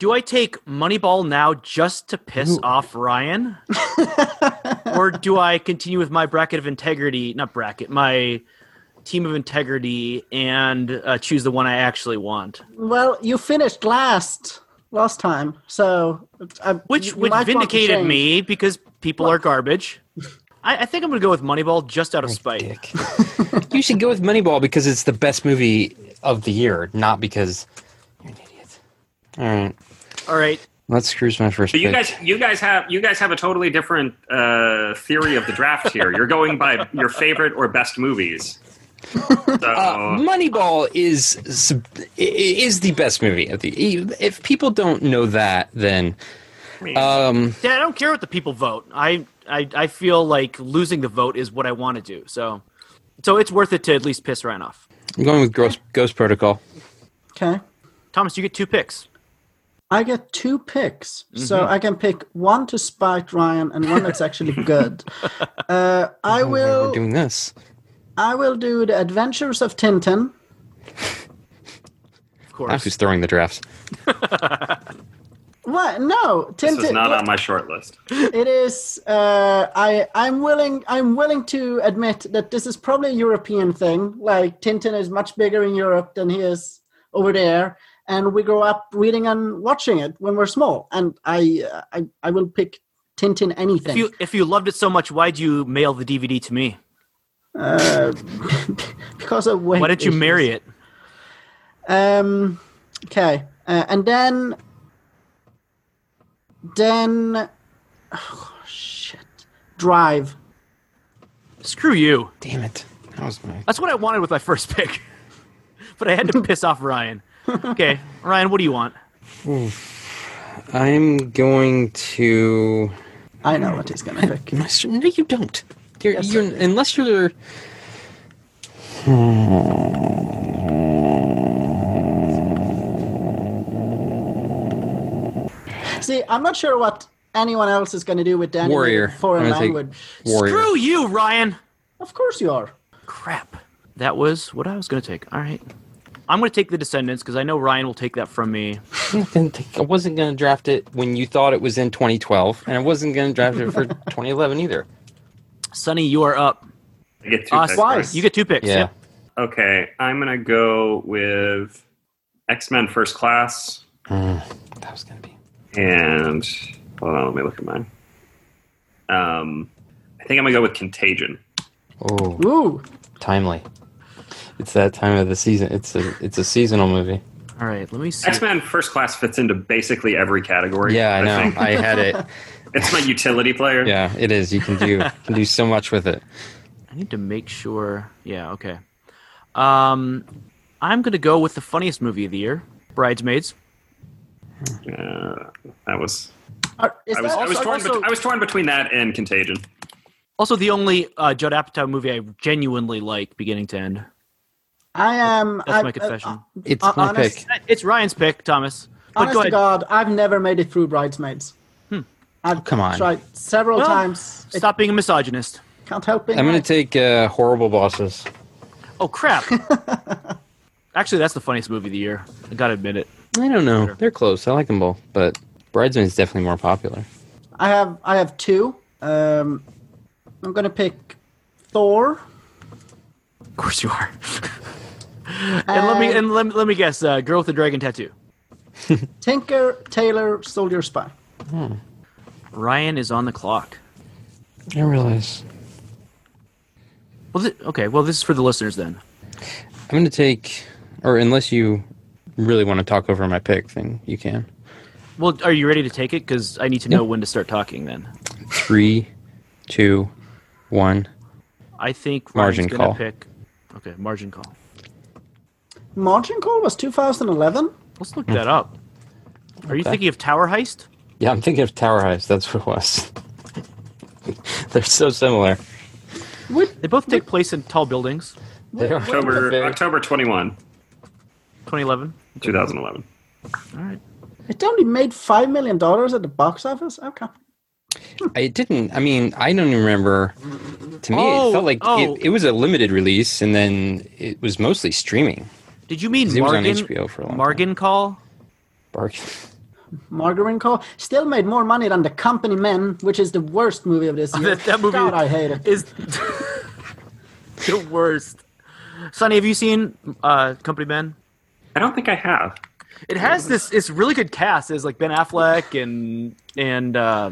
C: Do I take Moneyball now just to piss
D: Ooh.
C: off Ryan, or do I continue with my bracket of integrity? Not bracket, my team of integrity, and uh, choose the one I actually want,
B: Well, you finished last last time, so I,
C: which
B: you
C: which
B: might want to
C: vindicated
B: change.
C: me because people are garbage. I, I think I'm gonna go with Moneyball just out of spite.
D: Dick. you should go with Moneyball because it's the best movie of the year, not because you're an idiot. All right,
C: All right,
D: that screws my first
E: But you
D: pick.
E: guys, you guys have you guys have a totally different uh, theory of the draft here. You're going by your favorite or best movies. So,
D: Moneyball is sub- i- is the best movie of the. If people don't know that, then
E: I mean,
D: um,
C: Dad, I don't care what the people vote. I, I I feel like losing the vote is what I want to do. So so it's worth it to at least piss Ryan off.
D: I'm going with Ghost, Ghost Protocol.
B: Okay,
C: Thomas, you get two picks.
B: I get two picks, so I can pick one to spite Ryan and one that's actually good. uh, I
D: We're
B: will.
D: doing this.
B: I will do the Adventures of Tintin.
C: Of
D: That's
C: course.
D: who's throwing the drafts.
B: What? No, Tintin.
E: this was not on my short list.
B: It is. Uh, I I'm willing. I'm willing to admit that this is probably a European thing. Like Tintin is much bigger in Europe than he is over there, and we grow up reading and watching it when we're small. And I uh, I I will pick Tintin anything.
C: If you if you loved it so much, why'd you mail the DVD to me?
B: uh, because of weight
C: Why didn't you
B: issues.
C: marry it?
B: Um. Okay. Uh, and then. Then. oh, shit. Drive.
C: Screw you.
D: Damn it! That was my.
C: That's what I wanted with my first pick. but I had to piss off Ryan. Okay, Ryan, what do you want?
D: I'm going to.
B: I know what he's gonna pick.
D: Unless you- no, you don't. You're,
B: Yes,
D: you're, unless you're.
B: See, I'm not sure what anyone else is gonna do with the animated
D: Warrior. I'm
B: foreign
D: gonna take
B: language.
D: Warrior.
C: Screw you, Ryan.
B: Of course you are.
C: Crap. That was what I was going to take. All right. I'm going to take the Descendants because I know Ryan will take that from me.
D: I didn't think- I wasn't going to draft it when you thought it was in 2012, and I wasn't going to draft it for 2011 either.
C: Sonny, you are up.
E: I get two
C: Uh,
E: picks,
B: Slice.
E: right?
C: You get two picks.
D: Yeah.
C: Yep.
E: Okay, I'm gonna go with X Men First Class
D: Mm, that was going to be.
E: and hold on, let me look at mine. Um, I think I'm gonna go with Contagion.
D: Oh,
B: Ooh.
D: timely. It's that time of the season. It's a it's a seasonal movie.
C: All right. Let me see.
E: X Men First Class fits into basically every category.
D: Yeah, I know.
E: think.
D: I had it.
E: it's my utility player.
D: Yeah, it is. You can do you can do so much with it.
C: I need to make sure. Yeah. Okay. Um, I'm going to go with the funniest movie of the year, Bridesmaids.
E: Uh, that was.
B: Are, is
E: I was,
B: that
E: I was
B: also-
E: torn. bet- I was torn between that and Contagion.
C: Also, the only uh, Judd Apatow movie I genuinely like, beginning to end.
B: I am.
C: That's
B: I-
C: my
B: uh,
C: confession.
D: It's
B: Uh,
D: my
B: honest-
D: pick.
C: It's Ryan's pick, Thomas. But
B: honest
C: go
B: to
C: ahead. Hmm.
B: God, I've never made it through Bridesmaids. I've
D: Come on.
B: tried several
C: Well,
B: times. It
C: Stop being a misogynist.
B: can't help it.
D: I'm going to take uh, horrible bosses.
C: Oh crap! Actually, that's the funniest movie of the year. I gotta admit it.
D: I don't know. They're close. I like them both, but Bridesmaids is definitely more popular.
B: I have I have two. Um, I'm gonna pick Thor.
C: Of course you are. and let
B: Um,
C: me and let, let me guess. Uh, Girl with the dragon tattoo.
B: Tinker, Taylor, Soldier Spy.
C: Ryan is on the clock.
D: I realize.
C: Well, thi- okay. Well, this is for the listeners then.
D: I'm going to take, or unless you really want to talk over my pick, then you can.
C: Well, are you ready to take it? Because I need to know when to start talking. Then
D: Three, two, one.
C: I think Ryan's
D: Margin
C: gonna
D: call.
C: pick. Okay, margin call.
B: Margin Call was 2011.
C: Let's look that up. Are you
D: Hmm. Okay.
C: thinking of Tower Heist?
D: Yeah, I'm thinking of Tower Heist. That's what it was. They're so similar.
C: They both take place in tall buildings.
D: They are
E: October
D: Okay.
E: October 21,
C: 2011.
E: 2011.
C: All right.
B: It only made five million dollars at the box office. Okay.
D: I didn't. I mean, I don't even remember. To me,
C: Oh,
D: it felt like
C: oh.
D: it, it was a limited release, and then it was mostly streaming.
C: Did you mean
D: 'Cause it was on
C: Margin?
D: HBO for a long time.
C: Margin call.
D: Bargain.
B: Margarine Call still made more money than The Company Men, which is the worst movie of this year.
C: That- that movie-
B: God, I hate it.
C: is the worst. Sonny, have you seen uh, Company Men?
E: I don't think I have.
C: It has this it's really good cast. It's like Ben Affleck and and uh,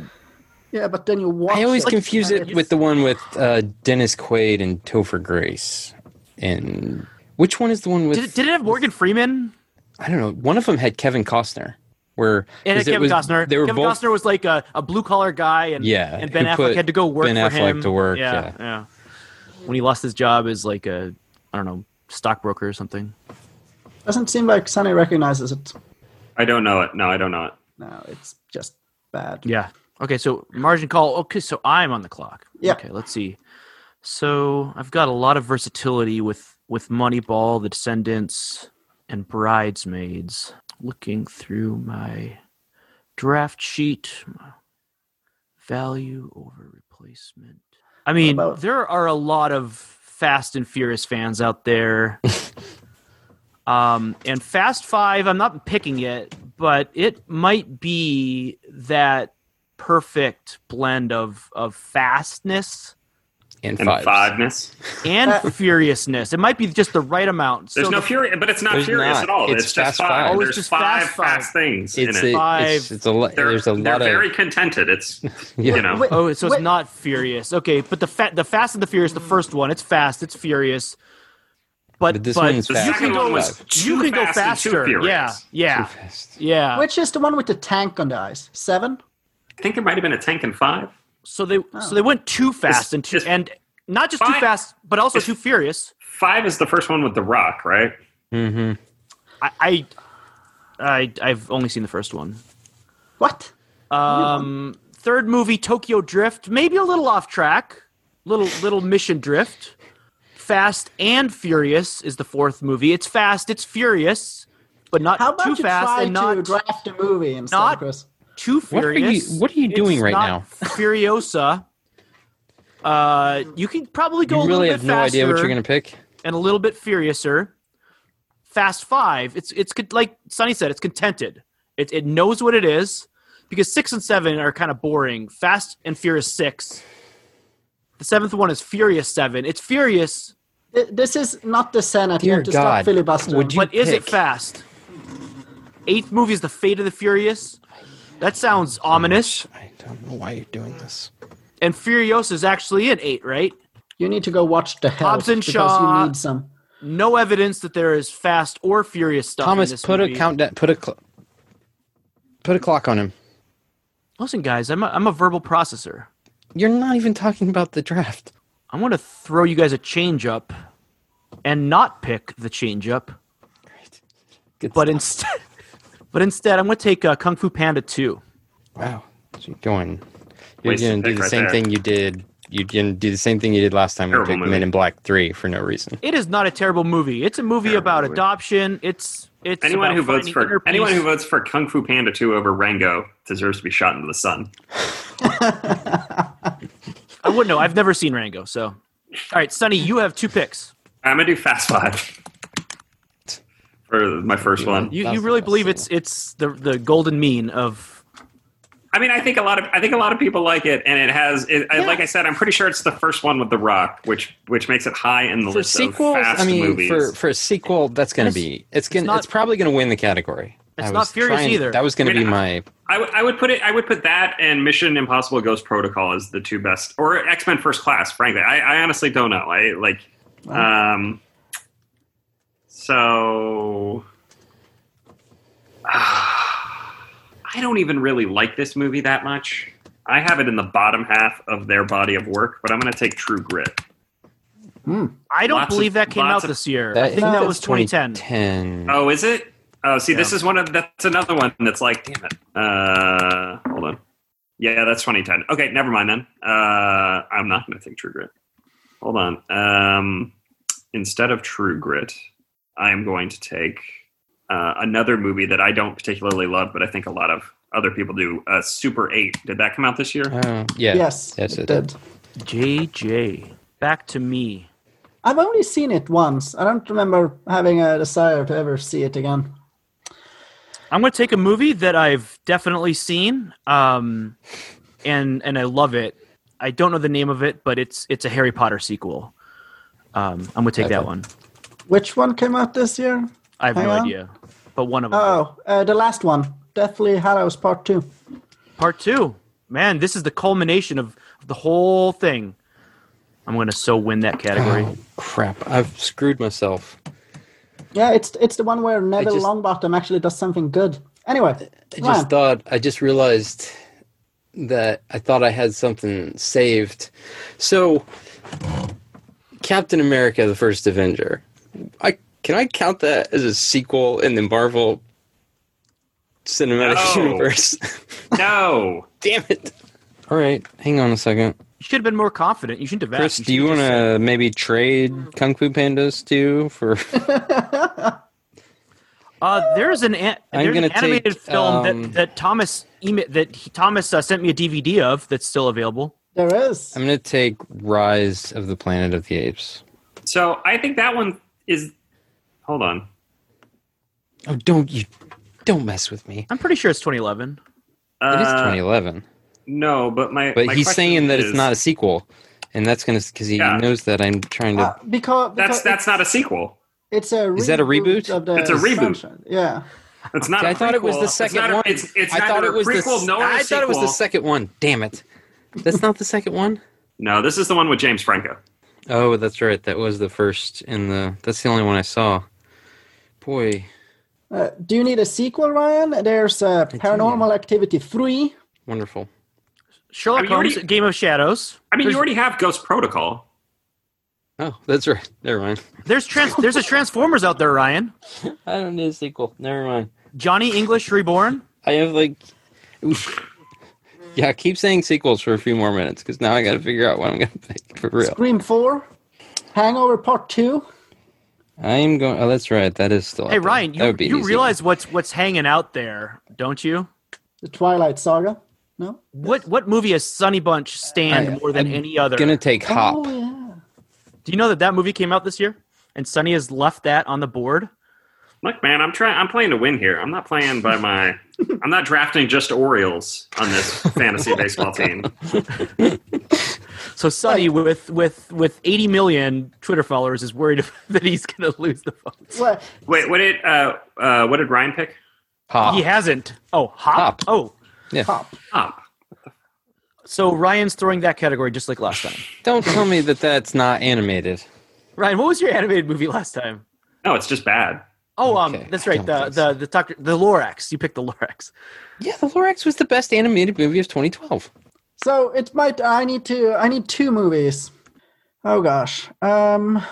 B: Yeah, but then you watch.
D: I
C: Oh,
D: always
B: it,
D: confuse
B: and
D: it with the one with uh, Dennis Quaid and Topher Grace. And which one is the one with?
C: did it, did it have Morgan Freeman?
D: I don't know. One of them had Kevin Costner. Where
C: And
D: 'cause
C: Kevin
D: was-
C: Costner.
D: They were
C: Kevin
D: both.
C: Costner was like a, a blue collar guy, and
D: Yeah,
C: and Ben
D: who
C: Affleck
D: put
C: had to go work
D: Ben
C: for
D: Affleck
C: him.
D: to work,
C: yeah,
D: yeah.
C: yeah. When he lost his job as like a I don't know stockbroker or something.
B: Doesn't seem like Sunny recognizes it.
E: I don't know it. No, I don't know it.
B: No, it's just bad.
C: Yeah. Okay, so margin call. Okay, so I'm on the clock.
B: Yeah.
C: Okay, let's see. So I've got a lot of versatility with with Moneyball, The Descendants, and Bridesmaids. Looking through my draft sheet, value over replacement. I mean,
B: about-
C: there are a lot of Fast and Furious fans out there. Um, and Fast Five, I'm not picking it, but it might be that perfect blend of of fastness
D: And
E: And
D: fives.
E: fiveness.
C: and
B: Uh,
C: furiousness. It might be just the right amount.
E: There's
C: so
E: no
C: the
E: fury, but it's not
D: There's
E: furious
D: not.
E: at all.
D: It's
E: It's,
D: Fast
E: just five.
D: Five.
C: Oh, it's
E: There's
C: just
E: five
C: Fast Five.
E: fast things
D: It's
E: in it.
D: a,
C: Five.
D: it's, it's a lot.
E: they're
D: There's a lot
E: they're
D: of
E: very contented. It's
D: yeah.
E: you know.
B: Wait,
C: Oh, so it's
B: wait,
C: not furious. Okay, but the fa- the Fast and the Furious, the first one, it's fast, it's furious. But,
D: But this one's
E: the
D: fast.
C: you
E: second
C: can go
E: one was
D: five.
E: too
C: you can go
E: fast and too
C: faster.
E: furious.
C: Yeah, yeah,
D: Too fast.
C: yeah.
B: Which is the one with the tank on the ice? Seven?
E: I think there might have been a tank and five.
C: so they so they went too fast and too,
E: it's-
C: and not just too
E: Fine.
C: fast, but also
E: It's-
C: too furious.
E: Five is the first one with the rock, right?
D: Mm-hmm.
C: I, I, I I've only seen the first one.
B: What?
C: Um, third movie, Tokyo Drift, maybe a little off track, little little mission drift. Fast and Furious is the fourth movie. It's fast, it's furious, but not
B: How about
C: too
B: you
C: fast
B: try
C: and not
B: to draft a movie instead,
C: not-
B: Chris?
C: too
D: What are you-
C: furious.
D: what are you doing
C: It's
D: right
C: not
D: now?
C: Furiosa. Uh, you can probably go
D: You
C: a
D: really
C: little
D: have
C: bit
D: no
C: faster
D: idea what you're going to pick.
C: and a little bit furiouser. Fast Five, it's it's con- like Sonny said, it's contented. It it knows what it is because six and seven are kind of boring. Fast and Furious Six. The seventh one is Furious Seven. It's furious,
B: Th- This is not the Senate
D: Dear
B: here to stop
D: God,
B: filibustering.
D: would you-
C: but is it
D: pick.
C: fast? Eighth movie is The Fate of the Furious. That sounds ominous.
D: I don't know why you're doing this.
C: And Furiosa is actually an eight, right?
B: You need to go watch the help
C: Hobbs and
B: because
C: Shaw.
B: you need some.
C: no evidence that there is fast or furious stuff. in
D: Thomas,
C: this
D: put a
C: movie.
D: countdown. Put a cl- put a clock on him.
C: Listen, guys, I'm a, I'm a verbal processor.
D: You're not even talking about the draft.
C: I'm going to throw you guys a change up and not pick the change up,
D: Good
C: but instead, but instead, I'm going to take uh, Kung Fu Panda 2.
D: Wow, so you're going. You're
E: Wasted
D: going to do
E: pick
D: the
E: right
D: same
E: there.
D: thing you did. You're going to do the same thing you did last time. We
E: Terrible
D: picked
E: movie.
D: Men in Black Three for no reason.
C: It is not a terrible movie. It's a movie
E: Terrible
C: about
E: movie.
C: adoption. It's it's
E: Anyone
C: about
E: who votes
C: finding
E: for
C: inner peace.
E: anyone who votes for Kung Fu Panda 2 over Rango deserves to be shot into the sun.
C: I wouldn't know. I've never seen Rango. So, all right, Sonny, you have two picks.
E: I'm gonna do Fast Five for my first one.
C: You
D: That's
C: you
D: the
C: really
D: best
C: believe
D: thing.
C: it's it's the the golden mean of
E: I mean, I think a lot of I think a lot of people like it, and it has. It, I
D: Yeah.
E: Like I said, I'm pretty sure it's the first one with The Rock, which which makes it high in the
D: For
E: list
D: sequels,
E: of fast
D: I mean,
E: movies.
D: for for a sequel, that's going to
C: It's-
D: be it's going
C: not-
D: it's probably going to win the category.
C: It's
D: I
C: not
D: was
C: Furious
D: trying-
C: either.
D: That was going
E: I
D: to be
E: mean,
D: my
E: I would- I would put it. I would put that and Mission Impossible: Ghost Protocol as the two best, or X Men First Class. Frankly, I, I honestly don't know. I like. Um, so, I don't even really like this movie that much. I have it in the bottom half of their body of work, but I'm going to take True Grit.
C: I don't
E: Lots of-
C: believe that came out
E: lots of-
C: this year. I think that
D: that's
C: was 2010.
D: 2010.
E: Oh, is it? Oh, see, this
C: Yeah.
E: is one of that's another one that's like, damn it. Uh, hold on. Yeah, that's 2010. Okay, never mind then. Uh, I'm not going to take True Grit. Hold on. Um, instead of True Grit, I am going to take uh, another movie that I don't particularly love, but I think a lot of other people do. Uh, Super 8. Did that come out this year?
D: Uh, yeah.
B: yes,
D: Yes,
B: it
D: it
B: did.
C: JJ, back to me.
B: I've only seen it once. I don't remember having a desire to ever see it again.
C: I'm going to take a movie that I've definitely seen, um, and and I love it. I don't know the name of it, but it's it's a Harry Potter sequel. Um, I'm going to take that
D: Okay.
C: one.
B: Which one came out this year?
C: I have no
B: Hang on.
C: idea, but one of them.
B: Oh, uh, the last one, Deathly Hallows Part Two.
C: Part two, man, this is the culmination of, of the whole thing. I'm going to so win that category.
D: Oh, crap! I've screwed myself.
B: Yeah, it's it's the one where Neville
D: just-
B: Longbottom actually does something good. Anyway,
D: I
B: Ryan,
D: just thought I just realized that I thought I had something saved. So Captain America the First Avenger. I can I count that as a sequel in the Marvel Cinematic
E: No.
D: Universe?
E: No.
D: Damn it. All right, hang on a second.
C: You should have been more confident. You shouldn't have
D: Chris,
C: asked.
D: do you want to maybe trade Kung Fu Pandas too for
C: Uh, there's an, an
D: I'm
C: there's an
D: gonna
C: animated
D: take,
C: film
D: um,
C: that that Thomas ema- that he, Thomas uh, sent me a DVD of that's still available.
B: there is.
D: I'm going to take Rise of the Planet of the Apes.
E: So I think that one is. Hold on.
D: Oh, don't you don't mess with me.
C: I'm pretty sure it's 2011.
E: Uh,
D: It is 2011.
E: No, but my.
D: But
E: my
D: he's
E: question
D: saying that
E: is-
D: it's not a sequel, and that's gonna because he
E: Yeah. Ah,
D: knows that I'm trying to.
B: Uh, because,
E: That's
B: because
E: that's not a sequel.
B: it's a
D: Is that a reboot?
B: of the
E: It's a reboot.
B: franchise. Yeah.
E: It's not.
D: I
E: I
D: thought it was the second
E: it's not a-
D: one.
E: it's it's
D: I thought
E: neither
D: it was
E: a prequel
D: the.
E: nor a
D: I thought it was the
E: sequel.
D: second one. Damn it, that's not the second one.
E: No, this is the one with James Franco.
D: Oh, that's right. That was the first in the. That's the only one I saw. Boy,
B: Uh, do you need a sequel, Ryan? There's uh, Paranormal Activity 3.
D: wonderful.
C: Sherlock
E: I mean, you
C: Holmes,
E: already-
C: Game of Shadows.
E: I mean,
C: there's,
E: you already have Ghost Protocol.
D: Oh, that's right. Never mind.
C: there's trans, there's a Transformers out there, Ryan.
D: I don't need a sequel. Never mind.
C: Johnny English Reborn.
D: I have like. Yeah, keep saying sequels for a few more minutes because now I got to figure out what I'm going to pick for real.
B: Scream 4, Hangover Part 2.
D: I'm going. Oh, that's right. That is still.
C: Hey
D: up there.
C: Ryan,
D: That
C: you,
D: would be
C: you
D: easy.
C: realize what's what's hanging out there, don't you?
B: The Twilight Saga? No?
C: What what movie has Sunny Bunch stand
D: I-
C: more than
D: I'm
C: any other?
D: Gonna take hop.
B: Oh, yeah.
C: Do you know that that movie came out this year, and Sunny has left that on the board?
E: Look, man, I'm trying. I'm playing to win here. I'm not playing by my. I'm not drafting just Orioles on this fantasy baseball team.
C: So Sunny, with with with 80 million Twitter followers, is worried that he's going to lose the votes.
B: Well,
E: Wait, what did uh, uh, what did Ryan pick?
D: Hop.
C: He hasn't. Oh, hop.
D: Hop.
C: Oh,
B: Hop.
E: Up.
C: so Ryan's throwing that category just like last time.
D: Don't tell me that that's not animated.
C: Ryan, what was your animated movie last time?
E: No, it's just bad.
C: Oh, um,
D: Okay,
C: that's
D: I
C: right.
D: don't
C: The
D: think so.
C: the the doctor, the Lorax. You picked the Lorax.
D: Yeah, The Lorax was the best animated movie of 2012.
B: So it might. I need to. I need two movies. Oh gosh. Um,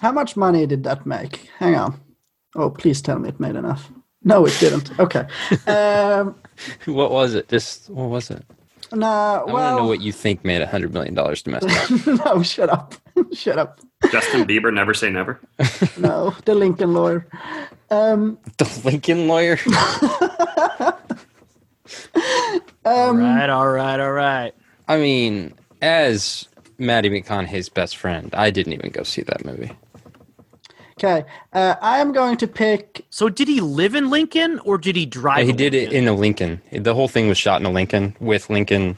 B: how much money did that make? Hang on. Oh, please tell me it made enough. No, it didn't. Okay. Um,
D: What was it? Just what was it?
B: no.
D: I want to
B: well,
D: know what you think made 100 million dollars domestic.
B: no. Shut up. shut up.
E: Justin Bieber, never say never.
B: No, the Lincoln lawyer. Um,
D: the Lincoln Lawyer.
C: all right, all right, all right.
D: I mean, as Maddie McConaughey's best friend, I didn't even go see that movie.
B: okay. Uh, I am going to pick.
C: So did he live in Lincoln or did he drive?
D: he
C: a
D: did it
C: Lincoln?
D: in a Lincoln. The whole thing was shot in a Lincoln with Lincoln,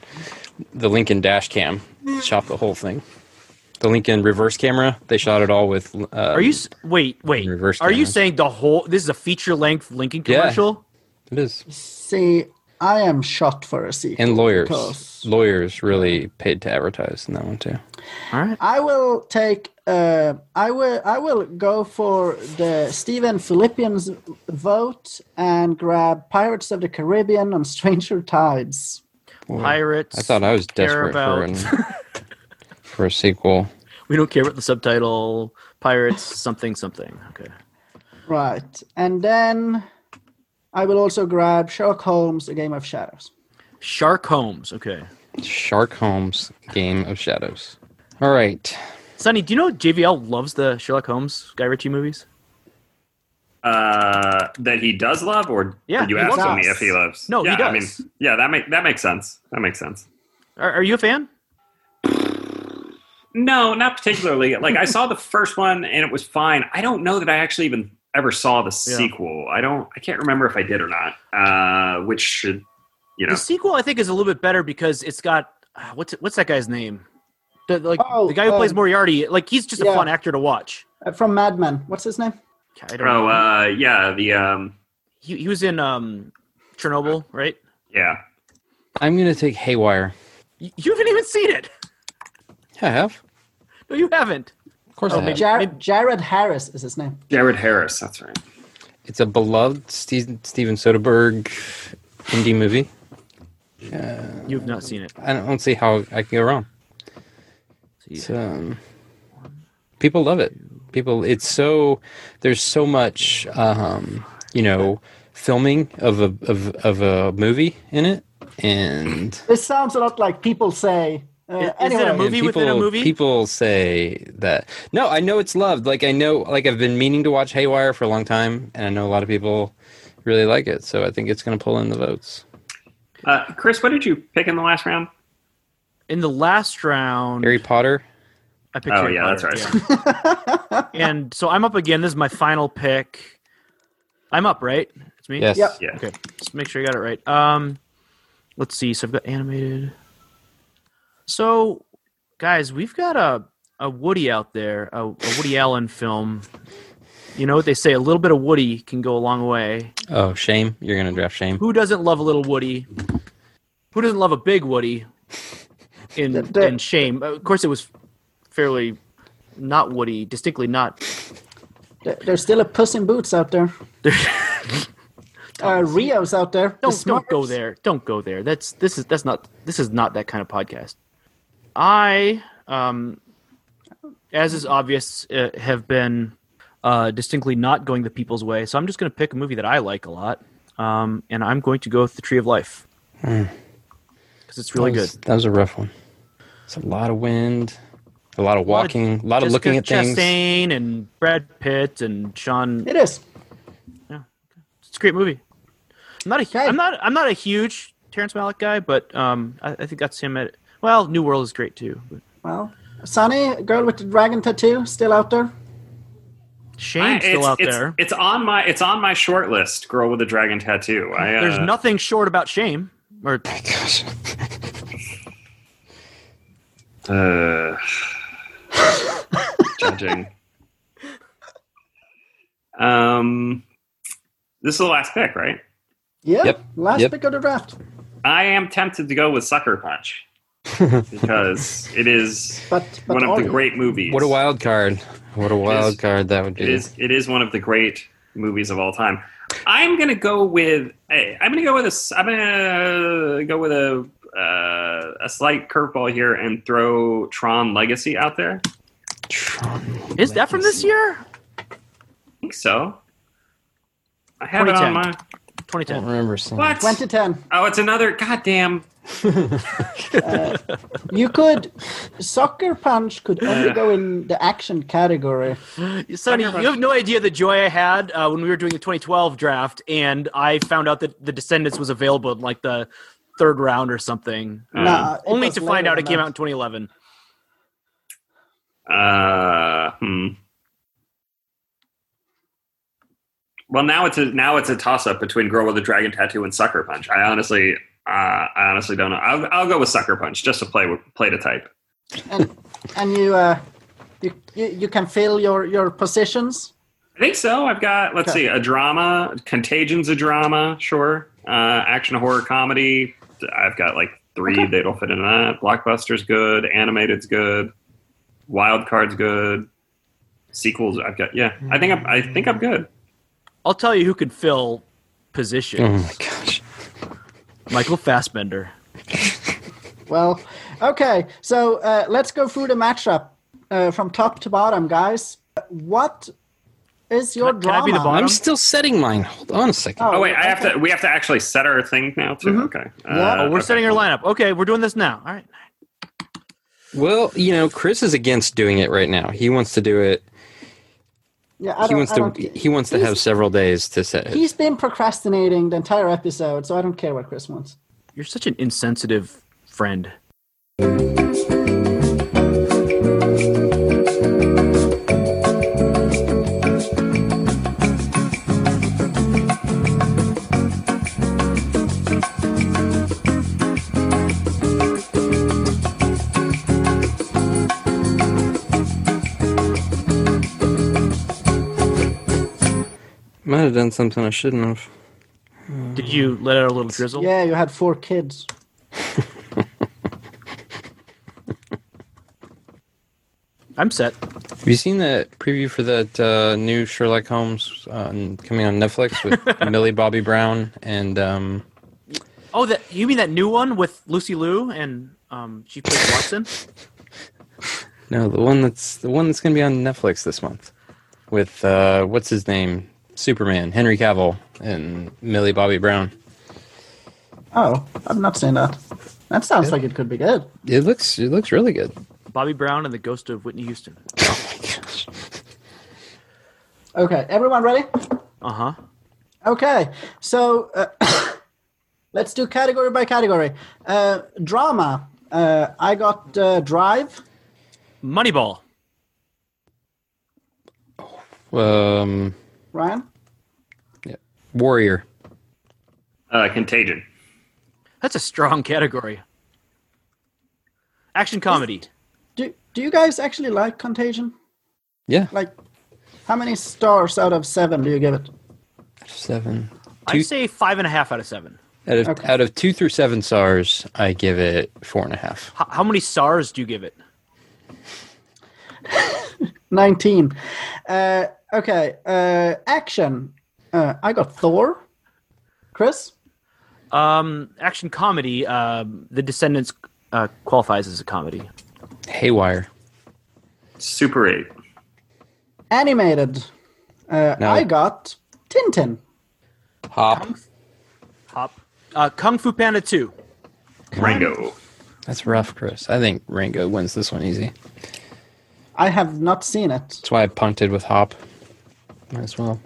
D: the Lincoln dash cam. Shot the whole thing. The Lincoln reverse camera. They shot it all with. Uh,
C: Are you s- wait wait?
D: in reverse
C: Are you
D: camera.
C: saying the whole? This is a feature length Lincoln
D: Yeah.
C: commercial.
D: It is.
B: See, I am shot for a sequel.
D: And lawyers.
B: because-
D: Lawyers really paid to advertise in that one too.
C: All right.
B: I will take. Uh, I will. I will go for the Stephen Philippians vote and grab Pirates of the Caribbean and Stranger Tides.
C: Pirates.
D: I thought I was
C: care
D: desperate for an, for a sequel.
C: we don't care about the subtitle. Pirates something something. Okay.
B: Right, and then I will also grab Sherlock Holmes: A Game of Shadows.
C: Shark Holmes. Okay.
D: Shark Holmes Game of Shadows. All right.
C: Sonny, do you know JVL loves the Sherlock Holmes Guy Ritchie movies?
E: Uh, that he does love, or
C: Yeah,
E: did you
C: he
E: ask
B: loves
E: me
B: us.
E: if he loves?
C: No, he
E: yeah, I
C: does.
E: mean, yeah, that make that makes sense. That makes sense.
C: Are, are you a fan?
E: No, not particularly. like I saw the first one and it was fine. I don't know that I actually even ever saw the
C: Yeah.
E: sequel. I don't. I can't remember if I did or not. Uh, which should, you know,
C: The sequel, I think, is a little bit better because it's got ah, what's what's that guy's name? The, like
B: Oh,
C: the guy who plays
B: um,
C: Moriarty. Like he's just a
B: yeah.
C: fun actor to watch.
B: Uh, from Mad Men. What's his name?
C: I don't
E: oh
C: know.
E: uh, yeah, the um,
C: He, he was in um, Chernobyl, right?
E: yeah.
D: I'm going to take Haywire.
C: You, you haven't even seen it.
D: Yeah, I have.
C: No, you haven't.
D: Of
B: Oh,
D: course
C: Oh,
D: I have.
B: Jar-
C: maybe-
B: Jared Harris is his name.
E: Jared Harris. That's right.
D: It's a beloved Ste- Steven Soderbergh indie movie.
C: You have not seen it.
D: I don't, I don't see how I can go wrong. It's, um, people love it. People, it's so there's so much, um, you know, filming of a of, of a movie in it, and
B: This sounds a lot like people say. Uh,
C: Is- is it a
B: anyway,
C: movie?
D: and people,
C: within a movie?
D: People say that. No, I know it's loved. Like I know, like I've been meaning to watch Haywire for a long time, and I know a lot of people really like it. So I think it's going to pull in the votes.
E: Uh, Chris, what did you pick in the last round?
C: In the last round,
D: Harry Potter.
C: I picked.
E: Oh,
C: Harry
E: yeah, that's
C: Potter, yeah. and so I'm up again. This is my final pick. I'm up, right? It's me.
D: Yes.
B: Yep.
E: Yeah.
C: Okay, let's make sure I got it right. Um, let's see. So I've got animated. So, guys, we've got a a Woody out there, a, a Woody Allen film. You know what they say? A little bit of Woody can go a long way.
D: Oh, shame. You're going to draft shame.
C: Who doesn't love a little Woody? Who doesn't love a big Woody? In
B: the-
C: in shame, of course, it was fairly not Woody, distinctly not.
B: There- There's still a Puss in Boots out there. uh, Rio's out there. The
C: don't don't go
B: Smurfs.
C: there. Don't go there. That's this is that's not this is not that kind of podcast. I um, as is obvious, uh, have been uh, distinctly not going the people's way. So I'm just
D: Hmm.
C: going to pick a movie that I like a lot, um, and I'm going to go with The Tree of Life. because it's really
D: that
C: good.
D: was, That was a rough one. It's a lot of wind, a lot of walking, a lot of,
C: Jessica
D: looking at things.
C: Chastain and Brad Pitt and Sean.
B: It is.
C: It's a great movie. I'm not a
B: Okay.
C: am not I'm not a huge Terrence Malick guy, but um, I, I think that's him at. Well, New World is great too. But
B: Well, Sunny, girl with the dragon tattoo, still out there.
E: I-
C: Shane's still
E: it's,
C: out
E: it's-
C: there.
E: It's on my it's on my short list. Girl with a dragon tattoo. I, uh,
C: There's nothing short about Shame. Or
D: Gosh.
E: Uh, judging. Um, this is the last pick, right?
B: Yeah.
D: Yep.
B: Last
D: Yep.
B: pick of the draft.
E: I am tempted to go with Sucker Punch because it is
B: But, but
E: one of the
B: Ollie,
E: great movies.
D: What a wild card! What a wild card that would be.
E: It is. It is one of the great movies of all time. I'm gonna go with. I- I'm gonna go with a. s- I'm gonna go with a uh, a slight curveball here and throw Tron Legacy out there. I
D: Tron
C: is that from this
D: Legacy.
C: year?
E: think so. I have it on
C: 2010.
E: my.
C: 2010.
D: I
B: Uh-huh.
D: don't remember seeing.
E: What?
B: 2010.
E: Oh, it's another goddamn.
B: You could. Soccer Punch could only go in the action category.
C: Sonny, you have no idea the joy I had uh, when we were doing the 2012 draft, and I found out that The Descendants was available in like the third round or something.
E: Um,
B: Nah, it
C: Only
B: was
C: to find
B: later
C: out it
B: than
C: came
B: that.
C: out in 2011.
E: Uh, hmm. Well, now it's a now it's a toss up between Girl with a Dragon Tattoo and Sucker Punch. I honestly, uh, I honestly don't know. I'll, I'll go with Sucker Punch just to play with play to type.
B: and and you uh you, you you can fill your your positions
E: I think so. I've got let's
B: Okay.
E: see, a drama, Contagion's a drama, sure. Uh, action horror comedy. I've got like three that'll fit into that. Blockbuster's good. Animated's good. Wild Card's good. Sequels, I've got. Yeah, I think I'm, I think I'm good.
C: I'll tell you who could fill
D: Oh
B: Mm-hmm.
C: positions.
D: my gosh!
C: Michael Fassbender.
B: well okay so uh, let's go through the matchup uh, from top to bottom guys what is your
C: Can I- can I
B: drama
C: be the bottom?
D: I'm still setting mine. Hold on a second.
E: Oh wait, I have to. We have to actually set our thing now too. Okay. Uh,
B: Yeah.
C: Oh, we're
E: okay.
C: setting our lineup. Okay, we're doing this now. All right.
D: Well, you know, Chris is against doing it right now. He wants to do it.
B: yeah I
D: He
B: don't,
D: wants
B: I
D: to.
B: don't-
D: He wants to
B: he's-
D: have several days to set it.
B: he's been procrastinating the entire episode so i don't care what chris wants
C: You're such an insensitive friend.
D: Might have done something I shouldn't have.
C: Did you let out a little drizzle?
B: yeah you had four kids
C: I'm set.
D: Have you seen that preview for that uh, new Sherlock Holmes uh, coming on Netflix with Millie Bobby Brown and um,
C: Oh, that you mean that new one with Lucy Liu and um, she plays Watson?
D: no, the one that's the one that's going to be on Netflix this month with uh, what's his name, Superman, Henry Cavill, and Millie Bobby Brown.
B: oh i've not seen that that sounds like it could be good
D: It looks it looks really good.
C: Bobby Brown and the ghost of Whitney Houston.
D: Oh my gosh!
B: okay everyone ready
C: Uh huh.
B: Okay, so uh, let's do category by category. Uh, drama. Uh, I got uh, Drive.
C: Moneyball.
D: Um,
B: Ryan.
D: Warrior.
E: Uh, Contagion.
C: That's a strong category. Action comedy.
B: Do Do you guys actually like Contagion?
D: Yeah,
B: Like, how many stars out of seven do you give it?
D: seven.
C: I say five and a half out of seven.
D: Out of
B: Okay.
D: out of two through seven stars, I give it four and a half.
C: H- how many stars do you give it?
B: Nineteen. Uh, okay. Uh, action. Uh, I got Thor. Chris.
C: Um, action comedy. Um, the Descendants uh, qualifies as a comedy.
D: Haywire.
E: Super Eight.
B: Animated. Uh,
D: No.
B: I got Tintin.
D: Hop.
C: Hop. Uh, Kung Fu Panda Two.
E: Rango.
D: That's rough, Chris. I think Rango wins this one easy.
B: I have not seen it.
D: That's why I punted with Hop. Might as well.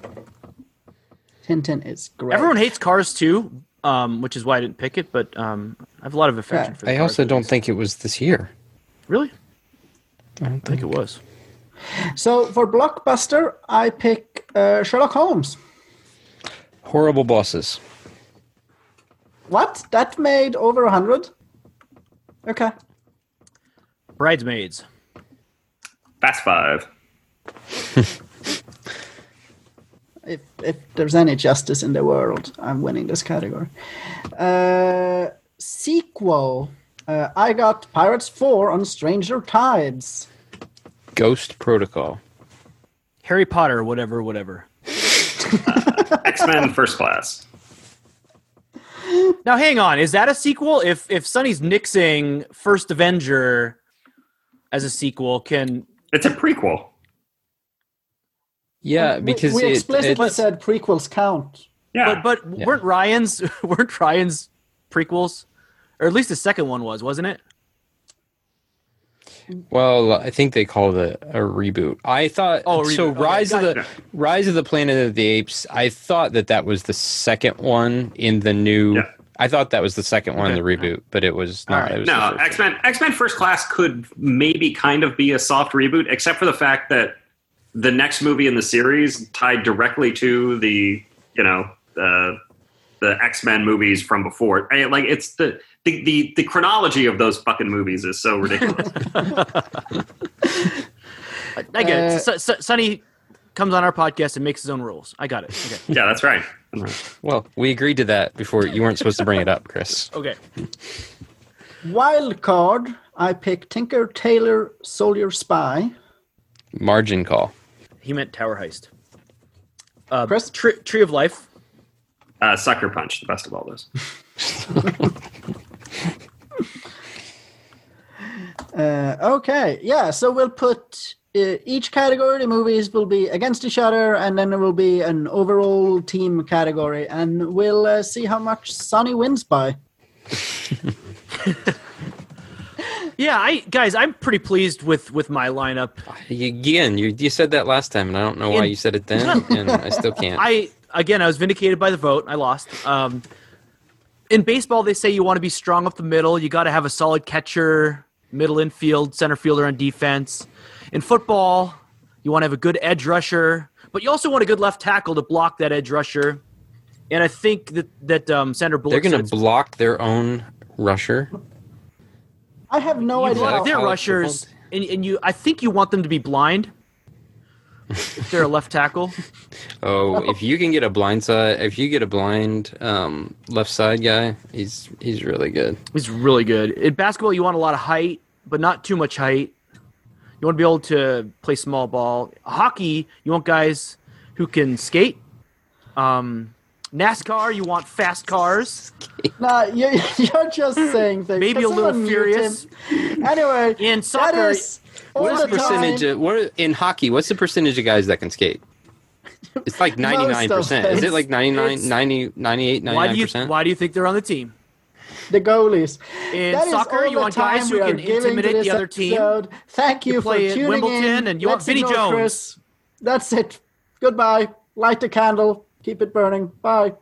B: Tintin is great.
C: Everyone hates Cars too, um, which is why I didn't pick it. But um, I have a lot of affection
B: Yeah.
C: for. The
D: I
C: Cars
D: also don't
C: movies.
D: think it was this year.
C: really.
D: I don't
C: I think it was.
B: So for blockbuster, I pick uh, Sherlock Holmes.
D: Horrible bosses.
B: What? That made over a hundred. Okay.
C: Bridesmaids.
E: Fast Five.
B: If if there's any justice in the world, I'm winning this category. Uh, sequel. Uh, I got Pirates Four on Stranger Tides.
D: Ghost Protocol.
C: Harry Potter. Whatever. Whatever.
E: X Men First Class.
C: Now, hang on. Is that a sequel? If if Sonny's nixing First Avenger as a sequel, can
E: It's a prequel.
D: Yeah,
B: We-
D: because
B: we,
D: it-
B: explicitly
D: it's-
B: said prequels count.
E: Yeah.
C: but but
D: Ah, Yeah.
C: weren't Ryan's weren't Ryan's prequels, or at least the second one was, wasn't it?
D: well, I think they called it a reboot. I thought
C: Oh, a
D: so.
C: reboot. Okay,
D: Rise of the
E: gotcha.
D: Rise of the Planet of the Apes. I thought that that was the second one in the new.
E: Yeah.
D: I thought that was the second one in the
C: Okay.
D: reboot, but it was
C: All
D: not.
C: right.
D: It was the
E: no,
D: first one.
E: X Men X Men First Class could maybe kind of be a soft reboot, except for the fact that the next movie in the series tied directly to the you know the the X Men movies from before. I- like it's the, the the the chronology of those fucking movies is so ridiculous.
C: I, I get
B: Uh,
C: it. So, so, Sonny comes on our podcast and makes his own rules. I got it. Okay.
E: yeah, that's right.
D: Well, we agreed to that before. You weren't supposed to bring it up, Chris.
C: Okay.
B: Wild card. I pick Tinker Tailor Soldier Spy.
D: Margin call.
C: He meant Tower Heist. Uh,
B: Chris?
C: Tree, Tree of Life.
E: Uh, Sucker Punch, the best of all those.
B: Uh, okay, yeah. So we'll put uh, each category. The movies will be against each other, and then there will be an overall team category, and we'll uh, see how much Sonny wins by.
C: Yeah, I guys, I'm pretty pleased with with my lineup.
D: Again, you you said that last time, and I don't know why
C: In-
D: you said it then, and I still can't.
C: I again, I was vindicated by the vote. I lost. Um, in baseball, they say you want to be strong up the middle. You got to have a solid catcher, middle infield, center fielder on defense. In football, you want to have a good edge rusher, but you also want a good left tackle to block that edge rusher. And I think that that um, Sandra Bullock.
D: They're going to
C: said-
D: block their own rusher.
B: I have no
C: you
B: idea.
D: blocked
C: block their
D: College
C: rushers,
D: football.
C: and, and you. I think you want them to be blind. if they're a left tackle.
D: Oh, if you can get a blind side, if you get a blind um, left side guy, he's he's really good.
C: He's really good. In basketball, you want a lot of height, but not too much height. You want to be able to play small ball. Hockey, you want guys who can skate. Um, NASCAR, you want fast cars.
B: Nah, you, you're just saying things.
C: Hmm. Maybe
B: Can
C: a little
B: someone mute
C: furious.
B: him? Anyway,
C: In soccer-
B: that is all
D: What's
B: the
D: the percentage?
B: time.
D: Of, what in hockey? What's the percentage of guys that can skate? It's like
B: Most of
D: ninety nine percent. Is
B: them.
D: it like 99,
B: It's-
D: 90, 98,
C: Why do
D: 99
C: you
D: percent?
C: Why do you think they're on the team?
B: The goalies.
C: In
B: That is
C: soccer,
B: all
C: you
B: the
C: want
B: time
C: guys who
B: we
C: can
B: are giving to
C: intimidate
B: this
C: the other team.
B: episode. Thank you, for
C: play at
B: tuning in.
C: Wimbledon and you want
B: Let's
C: Vinnie
B: ignore
C: Jones.
B: Chris. That's it. Goodbye. Light the candle. Keep it burning. Bye.